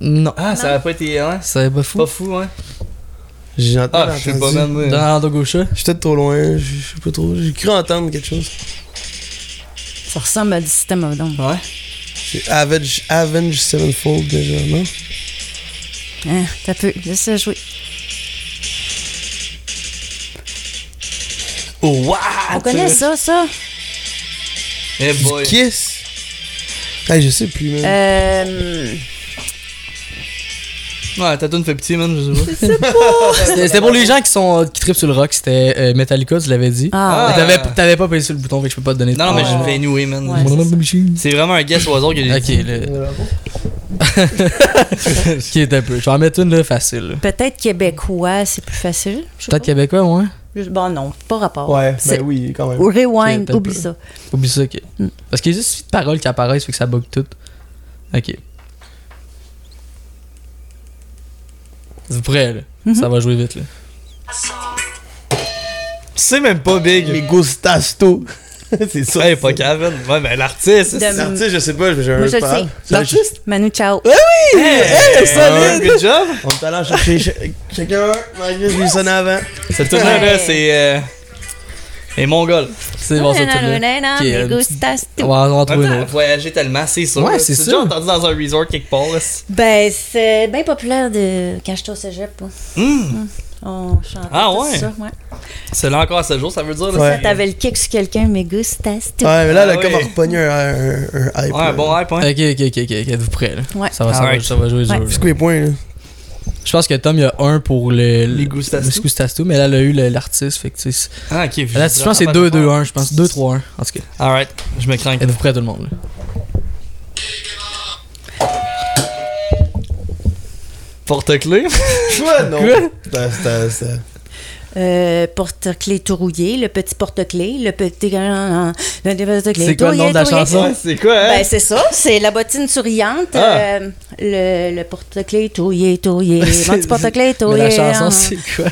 D: Non.
C: Ah, ça a pas été. hein,
D: C'est pas fou.
C: Pas fou, hein.
A: J'ai entendu.
C: Ah, je sais pas, man. moi.
D: Dans la langue au gauche, là.
A: Je suis peut-être trop loin, je je sais pas trop. J'ai cru entendre quelque chose.
B: Ça ressemble à du System of a Down.
C: Ouais.
A: C'est Avenge, Avenge Sevenfold déjà, non?
B: Hein, t'as peu. Laisse ça jouer.
C: Oh, wow!
B: On connaît ça, ça.
C: Eh
A: Du
C: boy.
A: Kiss? Ah, je sais plus, man.
B: Euh.
C: Ouais, ta tune fait pitié, man, je sais pas.
D: C'était c'était pour les gens qui sont qui tripent sur le rock, c'était euh, Metallica, tu l'avais dit.
B: Ah,
D: Mais T'avais t'avais pas appuyé sur le bouton, fait que je peux pas te donner de
C: Non, non, mais
D: points.
C: je vais nouer, man.
B: Ouais.
D: Mon nom de machine.
C: C'est vraiment un guess au hasard que j'ai
D: Ok,
C: dit.
D: là.
A: Voilà.
D: Qui est un peu. Je vais en mettre une, là, facile. là.
B: Peut-être québécois, c'est plus facile. je sais
D: Peut-être
B: pas.
D: québécois, hein? ouais.
B: Bon, non, pas rapport.
A: Ouais,
B: C'est-
A: ben oui, quand même.
B: Ou Rewind,
D: Ok,
B: oublie
D: peut-être
B: ça.
D: Oublie ça. ok.
B: Mm.
D: Parce qu'il y a juste six paroles qui apparaissent, fait que ça bug tout. Ok. Vous prêt, là.
B: Mm-hmm.
D: Ça va jouer vite, là.
C: C'est même pas big.
A: Les Gustasto. c'est ça.
C: Hey, pas cave, man. Ouais, mais l'artiste.
B: De-
A: L'artiste, je sais pas, j'ai un
B: Mm. Moi, je le
A: parent.
B: sais.
A: Ça,
B: Manu, ciao.
C: Hey,
A: solide.
C: Good job.
A: On est allé en chercher ch- chacun. Marius, lui sonne avant.
C: Cette tune là,
B: Ouais.
C: c'est. Euh, et mongol.
D: C'est bon, ça, tout là. Ok, euh, On va on va en trouver une
C: Voyager
D: autre.
C: Ah, tellement, c'est sûr.
D: Ouais,
C: là.
D: c'est
C: Tu l'as
D: sûr.
C: déjà entendu dans un resort quelque part. là.
B: Ben, c'est bien populaire de... quand j'étais au cégep. hein.
C: Hum,
B: On chantait
C: Ah,
B: tout
C: ouais?
B: ça. Ouais.
C: C'est là encore à ce jour, ça veut dire. là,
A: Ouais.
B: Ça, T'avais le kick sur quelqu'un, mais gustas tout.
A: Ouais, mais là, elle a
C: Ah
A: comme
C: oui.
A: repogné un, un, un hype.
C: c'est- Ouais, un bon hype,
D: Ok,
C: hein.
D: ok, ok, ok, ok, êtes-vous prêts, là?
B: Ouais.
D: Ça va, ça va,
C: Alright.
D: ça va jouer,
B: Ouais.
D: jouer.
A: C'est quoi les points, là?
D: Je pense que Tom, il y a un pour le.
C: Les Gustasto.
D: les Gustasto, mais là, elle a eu le- l'artiste, fait que tu sais. c'est-
C: Ah, ok.
D: Là, je pense que c'est 2-2-1, je pense. 2-3-1. En tout cas,
C: Alright, je me crains.
D: êtes-vous prêts, tout le monde, là?
C: Porte-clé. Ah,
A: Quoi, non? C'était- c'était- c'était-
B: Euh, porte-clés tout rouillé, le petit porte-clés, le petit. Le petit porte-clés.
D: C'est quoi le nom de la
B: Tout rouillé, tout rouillé.
D: chanson?
C: Ouais, c'est quoi, hein?
B: Ben, c'est ça, c'est la bottine souriante,
C: Ah.
B: euh, le, le porte-clés touillé, touillé, mon petit porte-clés
D: Mais
B: touillé.
D: la
B: hein.
D: chanson, c'est quoi?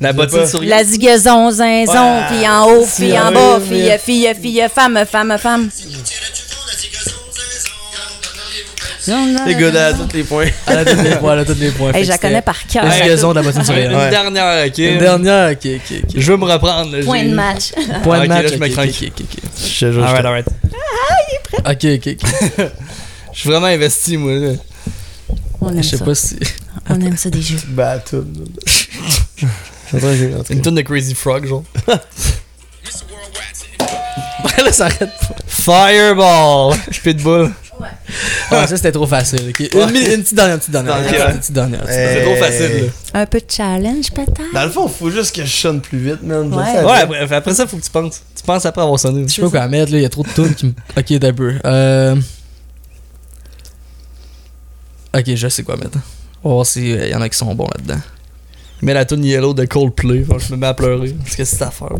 C: la bottine
A: pas.
C: souriante.
B: La ziguezon, zinzon,
A: Ouais.
B: puis en haut, puis
A: Si,
B: en
A: oui,
B: bas,
A: oui.
B: fille, fille, fille, femme, femme, femme. Ah,
A: C'est good, elle a tous les points.
D: Elle a tous les points, elle a tous les points. fait
B: Hey, je
D: que
B: la
D: c'était
B: connais par cœur.
D: Les liaisons de la bottine
C: Ouais,
D: souriante.
C: Une
A: Ouais.
C: dernière, ok.
D: Une dernière, ok, ok, ok.
C: Je veux me reprendre. là,
B: Point
C: j'ai-
B: de match.
D: Point de
C: Ok,
D: match,
C: là, je me
D: ok,
C: crains.
D: ok, ok, ok.
A: Je te jure, je
C: Alright,
A: te-
C: alright.
D: Ok, ok, ok.
C: Je suis vraiment investi, moi. Là.
B: On aime
D: Je sais
B: ça.
D: pas si.
B: On aime ça des jeux.
A: Bah, tout. Je suis en train de- en tout cas.
C: Une tonne de Crazy Frog, genre.
D: Là, ça arrête pas.
C: Fireball! Pitbull.
D: Ouais, ça, c'était trop facile. ok. Une, mi- une petite dernière, une petite dernière.
C: Ok,
D: une petite,
C: ouais. Eh,
D: une petite dernière. une
A: Euh,
D: petite dernière.
C: C'est trop facile, là.
B: Un peu de challenge, peut-être?
A: Dans le fond, faut juste que je sonne plus vite, man. Je
B: Ouais.
A: le savais.
C: Ouais, après, après ça, faut que tu penses. Tu penses après avoir sonné.
D: Je sais pas quoi mettre, là. Il y a trop de tunes qui me. Ok, d'un peu. Euh... Ok, je sais quoi mettre. On va voir s'il y en a qui sont bons là-dedans.
C: Mais la tune Yellow de Coldplay, faut que je me mets à pleurer. Parce que c'est ta affaire.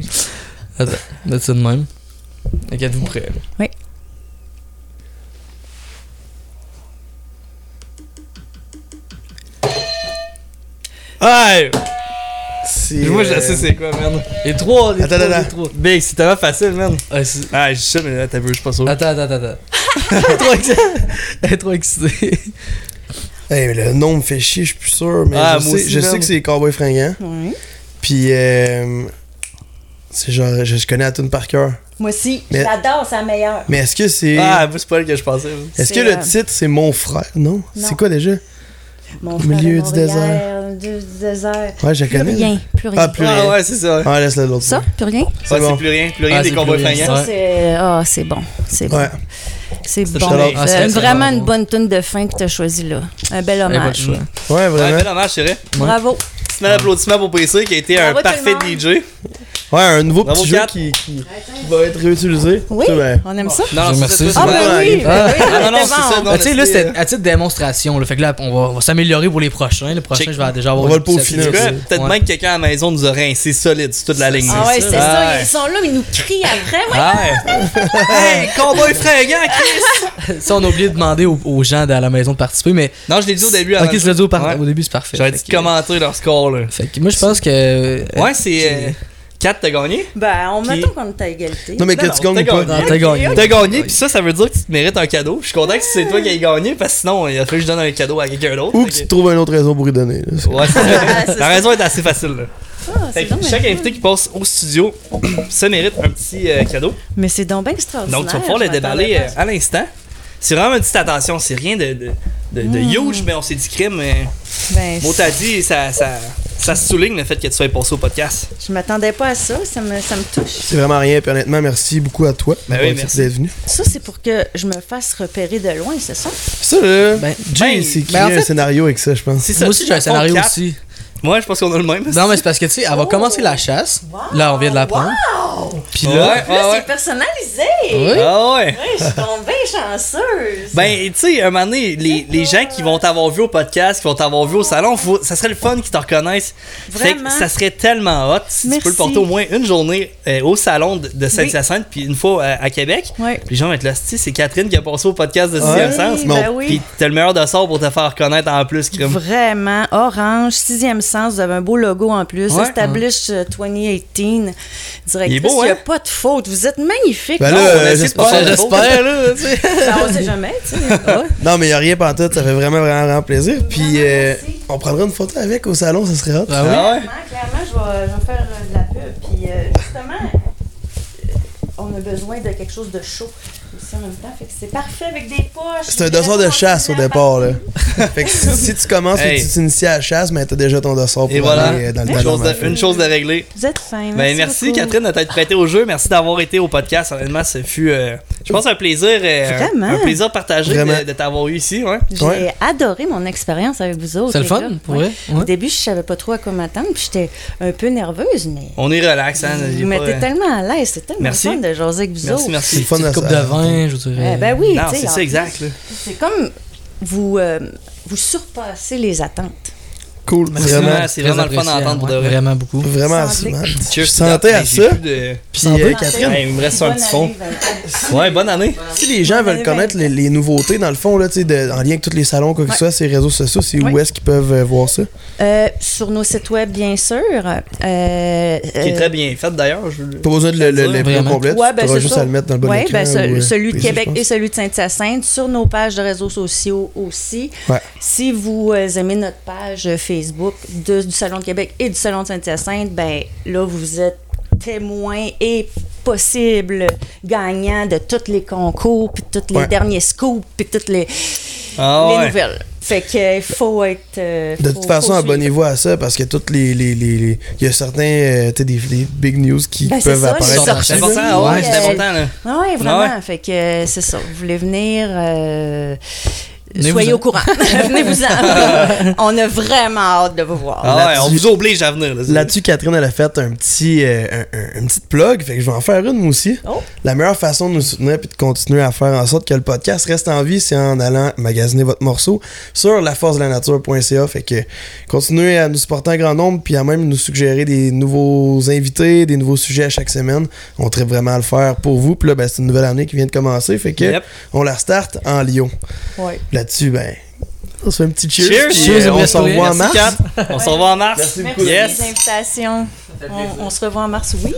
D: Attends, mettre ça de même. Ok, êtes-vous prêts? là?
B: Oui.
C: Hey!
A: C'est,
C: Moi, je
A: euh,
C: sais c'est quoi, man. Les trois, les
A: Attends,
C: trois,
A: attends.
C: les trois. Big, c'est tellement facile, man.
D: Ouais, c'est-
C: Ah, je sais, mais là, t'as vu, je suis pas sûr.
D: Attends, attends, attends. attends. Elle est trop excitée. Elle est trop excitée.
A: Hey, mais le nom me fait chier, je suis plus sûr. Mais
C: Ah,
A: je,
C: moi
A: sais,
C: aussi,
A: je
C: man.
A: sais que c'est Cowboy Fringant.
B: Oui.
A: Puis, euh, c'est genre, je, je connais la tune par cœur.
B: Moi aussi,
A: Mais-
B: j'adore sa meilleure.
A: Mais est-ce que c'est.
C: Ah, moi, c'est pas elle que je pensais. man.
A: est-ce que
B: c'est,
A: le
B: euh,
A: titre, c'est Mon frère Non, C'est
B: Non.
A: quoi déjà
B: Mon
A: Au
B: frère
A: milieu
B: de
A: du
B: Montréal,
A: désert.
B: Du désert.
A: Ouais, je
B: Plus
A: connais.
B: rien, plus rien.
A: Ah, plus
C: Ah,
A: rien.
C: ouais, c'est ça.
A: Ah, laisse-le l'autre.
B: Ça, plus rien?
A: c'est
C: Ouais,
A: bon.
C: C'est plus rien, plus rien
D: Ah,
C: des
D: c'est
C: combats
D: plus rien,
C: fringants.
D: ça. Ouais.
B: Ça, c'est... Ah, c'est bon. C'est bon.
A: Ouais.
B: C'est
C: C'est
B: bon.
C: le challenge.
D: Ah, c'est
B: Euh,
D: excellent,
B: vraiment une
D: bravo.
B: bonne tune de fin que tu as choisie là. Un bel
D: Elle est pas de
B: hommage.
D: choix.
A: Ouais,
C: Ouais,
A: vraiment.
C: bel hommage, Ah, c'est vrai.
B: Bravo.
C: Petit mal applaudissement pour PC qui a été un
B: Bravo tout le
C: parfait
B: monde.
C: DJ.
A: Ouais, un nouveau
C: Bravo,
A: petit jeu
C: Kat.
A: qui, qui- qui va être réutilisé.
B: Oui,
A: Ça, ben,
B: on aime ça.
D: Je
C: Oh, Non,
D: vous
C: c'est
D: remercie.
C: ça,
B: Ah,
A: bon,
B: ben oui,
A: arrive.
B: ben oui,
C: Ah, non,
B: c'était
C: non, c'est euh, ça,
B: bon.
C: non.
D: Ah, tu sais, là,
C: c'était-
D: c'était à titre de démonstration. Là, fait que là, on va, on va s'améliorer pour les prochains. Le prochain,
C: Check.
D: je vais déjà avoir.
A: On va
D: une
A: le peaufiner un
C: En
D: petite
C: tout
A: peu.
D: idée.
C: cas, Peut-être
D: Ouais.
C: même que quelqu'un à la maison nous a rincé solide sur toute la ligne.
B: Ah ouais, c'est ça,
C: Ouais.
B: ils sont là, ils nous crient après. Ouais.
C: Ouais. hey, combat fringant, Chris!
D: Ça, on a oublié de demander aux, aux gens à la maison de participer, mais.
C: Non, je l'ai dit au début. avant
D: Ok,
C: de-
D: je l'ai dit au, par-
C: Ouais.
D: au début, c'est parfait.
C: J'aurais
D: Fait
C: dit de
D: que-
C: commenter leur score, là.
D: Fait que moi, je pense que. euh,
C: Ouais, c'est. euh, 4, t'as gagné?
B: Ben, on
C: Qui-
B: mettons qu'on est à égalité.
A: Non, mais que
C: Non,
A: tu gagnes
C: t'as
A: ou pas.
C: gagné.
D: non, t'as gagné.
C: T'as gagné, puis ça, ça veut dire que tu te mérites un cadeau. Je suis content que c'est toi qui aies gagné, parce que sinon, il a fallu que je donne un cadeau à quelqu'un d'autre.
A: Ou
C: Fait
A: que tu
C: que-
A: trouves une autre raison pour y donner. là.
C: Ouais, c'est
B: Ah, c'est
C: ça. La
B: ça.
C: raison est assez facile, là.
B: Ah, c'est
C: Fait que
B: donc bien
C: chaque
B: cool.
C: invité qui passe au studio, ça mérite un petit euh, cadeau.
B: Mais c'est donc bien extraordinaire.
C: Donc, tu vas pouvoir le
B: je m'attendais
C: déballer
B: pas.
C: euh, à l'instant. C'est vraiment une petite attention, c'est rien de, de, de- de
B: Hmm.
C: huge, mais on s'est dit crime. Mais...
B: Ben,
C: Mot à dit, ça, ça, ça souligne le fait que tu sois passé au podcast.
B: je m'attendais pas à ça, ça me, ça me touche.
A: C'est vraiment rien. Puis honnêtement, merci beaucoup à toi
C: Ben
A: d'avoir
C: oui,
A: été-
C: merci.
A: d'être venu.
B: Ça, c'est pour que je me fasse repérer de loin, c'est ça?
A: Ça, là.
D: Ben,
A: Jay, c'est qui
D: ben, en
A: un
D: fait-
A: scénario avec ça, je pense.
C: C'est ça,
D: Moi aussi, j'ai un
C: on
D: scénario
C: capte.
D: aussi.
C: Moi, je pense qu'on a le même.
D: Non, mais c'est parce que, tu sais, elle va commencer la chasse. Là, on vient de la prendre. Puis là.
C: ouais, Ah, ouais,
B: Là, c'est
C: ouais.
B: personnalisé!
D: Oui.
C: Ah ouais.
B: Ouais, je suis donc bien chanceuse!
C: Ben, tu sais, un moment donné, les, les gens qui vont t'avoir vu au podcast, qui vont t'avoir vu au salon, faut- ça serait le fun qu'ils te reconnaissent. Fait que
B: Vraiment.
C: ça serait tellement hot si tu
B: Merci.
C: peux le porter au moins une journée euh, au salon de, de Sainte-Hyacinthe, puis une fois euh, à Québec.
B: Ouais.
C: Les gens vont être là, Sti, c'est Catherine qui a passé au podcast de
A: Ouais.
C: Sixième Sens.
A: mais
B: ben
A: on-
B: oui.
C: Puis t'as le meilleur de sort pour te faire reconnaître en plus, crime.
B: Vraiment, orange, sixième sens, vous avez un beau logo en plus,
C: Ouais.
B: Establish euh, 2018, directrice,
C: Il est beau,
B: il n'y a
C: hein?
B: pas de faute, vous êtes magnifique.
A: Ben
C: Non,
A: là,
C: on a essayé de
A: j'espère-
C: passer à la faute.
D: Euh, J'espère, là. tu sais.
B: Ben, on sait jamais, tu sais. Ouais.
A: Non, mais il a rien pas en tête. Ça fait vraiment, vraiment, vraiment plaisir. Puis euh, on prendra une photo avec au salon, ça serait hot.
D: Ah oui.
C: Ah ouais?
B: Clairement, clairement, je vais, je vais faire euh, de la pub, puis euh, justement, euh, on a besoin de quelque chose de chaud aussi en même temps, fait que c'est parfait avec des poches.
A: C'est un dossard de chasse au départ, là. fait que si, si tu commences et
C: Hey.
A: tu t'inities à la chasse, mais t'as déjà ton dossard pour
C: Et voilà,
A: aller euh, dans le
C: une, chose
A: talon.
C: de, une chose de régler.
B: Vous êtes fin, merci
C: Ben, merci
B: beaucoup.
C: Catherine de t'être prêtée au jeu. Merci d'avoir été au podcast. Honnêtement, ce fut, euh, je pense, un plaisir. euh, un-
B: Vraiment.
C: Un plaisir partagé
A: Vraiment.
C: de, de t'avoir eu ici. Ouais.
B: J'ai
A: Ouais.
B: adoré mon expérience avec vous autres.
D: C'est le
B: les
D: fun,
B: gars.
D: pour
B: Ouais.
D: vrai?
B: Au
D: Ouais.
B: début, je savais pas trop à quoi m'attendre, puis j'étais un peu nerveuse, mais
C: On est relax. Hein, j'ai
B: vous
C: pas,
B: mettez
C: euh,
B: tellement à l'aise. C'est tellement
C: Merci.
B: fun de jaser avec vous
C: Merci,
B: autres.
A: C'est le
C: merci.
A: fun
D: Une
A: à
D: coupe
A: ça.
D: de vin, je dirais.
B: Eh ben oui,
C: Non,
B: tu sais,
C: c'est
B: en
C: ça,
B: plus,
C: exact. là.
B: C'est comme vous, euh, vous surpassez les attentes.
A: Cool,
C: Merci.
A: vraiment.
C: Ouais, Ah, c'est vraiment le fun
D: apprécié,
C: à entendre,
D: ouais,
C: pour de vrai.
D: Vraiment beaucoup.
A: Vraiment à ça,
B: Santé.
A: man.
C: Cheers,
A: Je sentais
C: Hey,
A: à
C: j'ai
A: ça.
C: plus de-
A: Puis euh,
D: Santé.
A: Catherine,
C: Hey, il me reste un
B: Bonne
C: petit
B: année,
C: fond.
B: Vincent.
C: Ouais, bonne année.
B: Euh,
A: si les gens
B: Bonne
A: veulent
B: année,
A: connaître les, les nouveautés, dans le fond, là, tu sais, de- en lien avec tous les salons, quoi que ce soit, ces réseaux sociaux, c'est où
B: Ouais.
A: est-ce qu'ils peuvent euh, voir ça?
B: Euh, sur nos sites web, bien sûr. Euh,
C: Qui est
B: euh,
C: très bien fait d'ailleurs. je-
A: Pas besoin de le, le, le
D: Vraiment.
A: complet.
B: Ouais,
A: tu
B: ben
A: auras
B: c'est
A: juste
B: ça.
A: à le mettre dans le bon
B: Ouais,
A: écran
B: ben, ce-
A: ou, euh,
B: celui de
A: PC,
B: Québec
A: je pense.
B: et celui de Sainte-Hyacinthe sur nos pages de réseaux sociaux aussi.
A: Ouais.
B: Si vous euh, aimez notre page euh, Facebook de- du Salon de Québec et du Salon de Sainte-Hyacinthe, ben là, vous êtes témoin et possible gagnant de tous les concours, puis tous les
A: Ouais.
B: derniers scoops, puis toutes les,
C: Ah
B: les
C: ouais.
B: nouvelles. Fait que faut être. euh,
A: De
B: faut-
A: toute façon,
B: faut suivre.
A: abonnez-vous à ça parce que toutes les. Il les, les, les- il y a certains. euh, tu sais, des, des big news qui
B: Ben, c'est
A: peuvent
B: ça, les
A: apparaître.
B: sorties.
C: C'est
A: là-dessus, là.
C: important, ouais,
B: Ouais,
C: c'est
B: euh,
C: important, là.
B: Ah ouais, vraiment.
C: ouais.
B: Fait que euh, c'est ça. Vous voulez venir. euh,
D: Venez-vous-en.
B: Soyez au courant. Venez-vous-en. On a vraiment hâte de vous voir.
C: Ah ouais, on
A: là-dessus-
C: vous oblige à venir, là.
A: Là-dessus, Catherine, elle a fait un petit, euh, un- un- une petite plug. Fait que je vais en faire une, moi aussi.
B: Oh.
A: La meilleure façon de nous soutenir et de continuer à faire en sorte que le podcast reste en vie, c'est en allant magasiner votre morceau sur laforcedelanature.ca. Fait que continuez à nous supporter en grand nombre puis à même nous suggérer des nouveaux invités, des nouveaux sujets à chaque semaine. On traite vraiment à le faire pour vous. Puis là, ben, c'est une nouvelle année qui vient de commencer. Fait que
C: Yep.
A: on la starte en Lyon.
B: Ouais.
A: Là-dessus, ben, on se fait un petit cheers.
C: Cheers,
A: puis,
D: cheers,
A: euh, on
D: merci,
A: se revoit en
C: Merci,
A: mars.
C: Kat. On se revoit en mars.
A: Merci
B: Merci
A: beaucoup.
C: Yes.
B: des invitations. On, on se revoit en mars. Oui.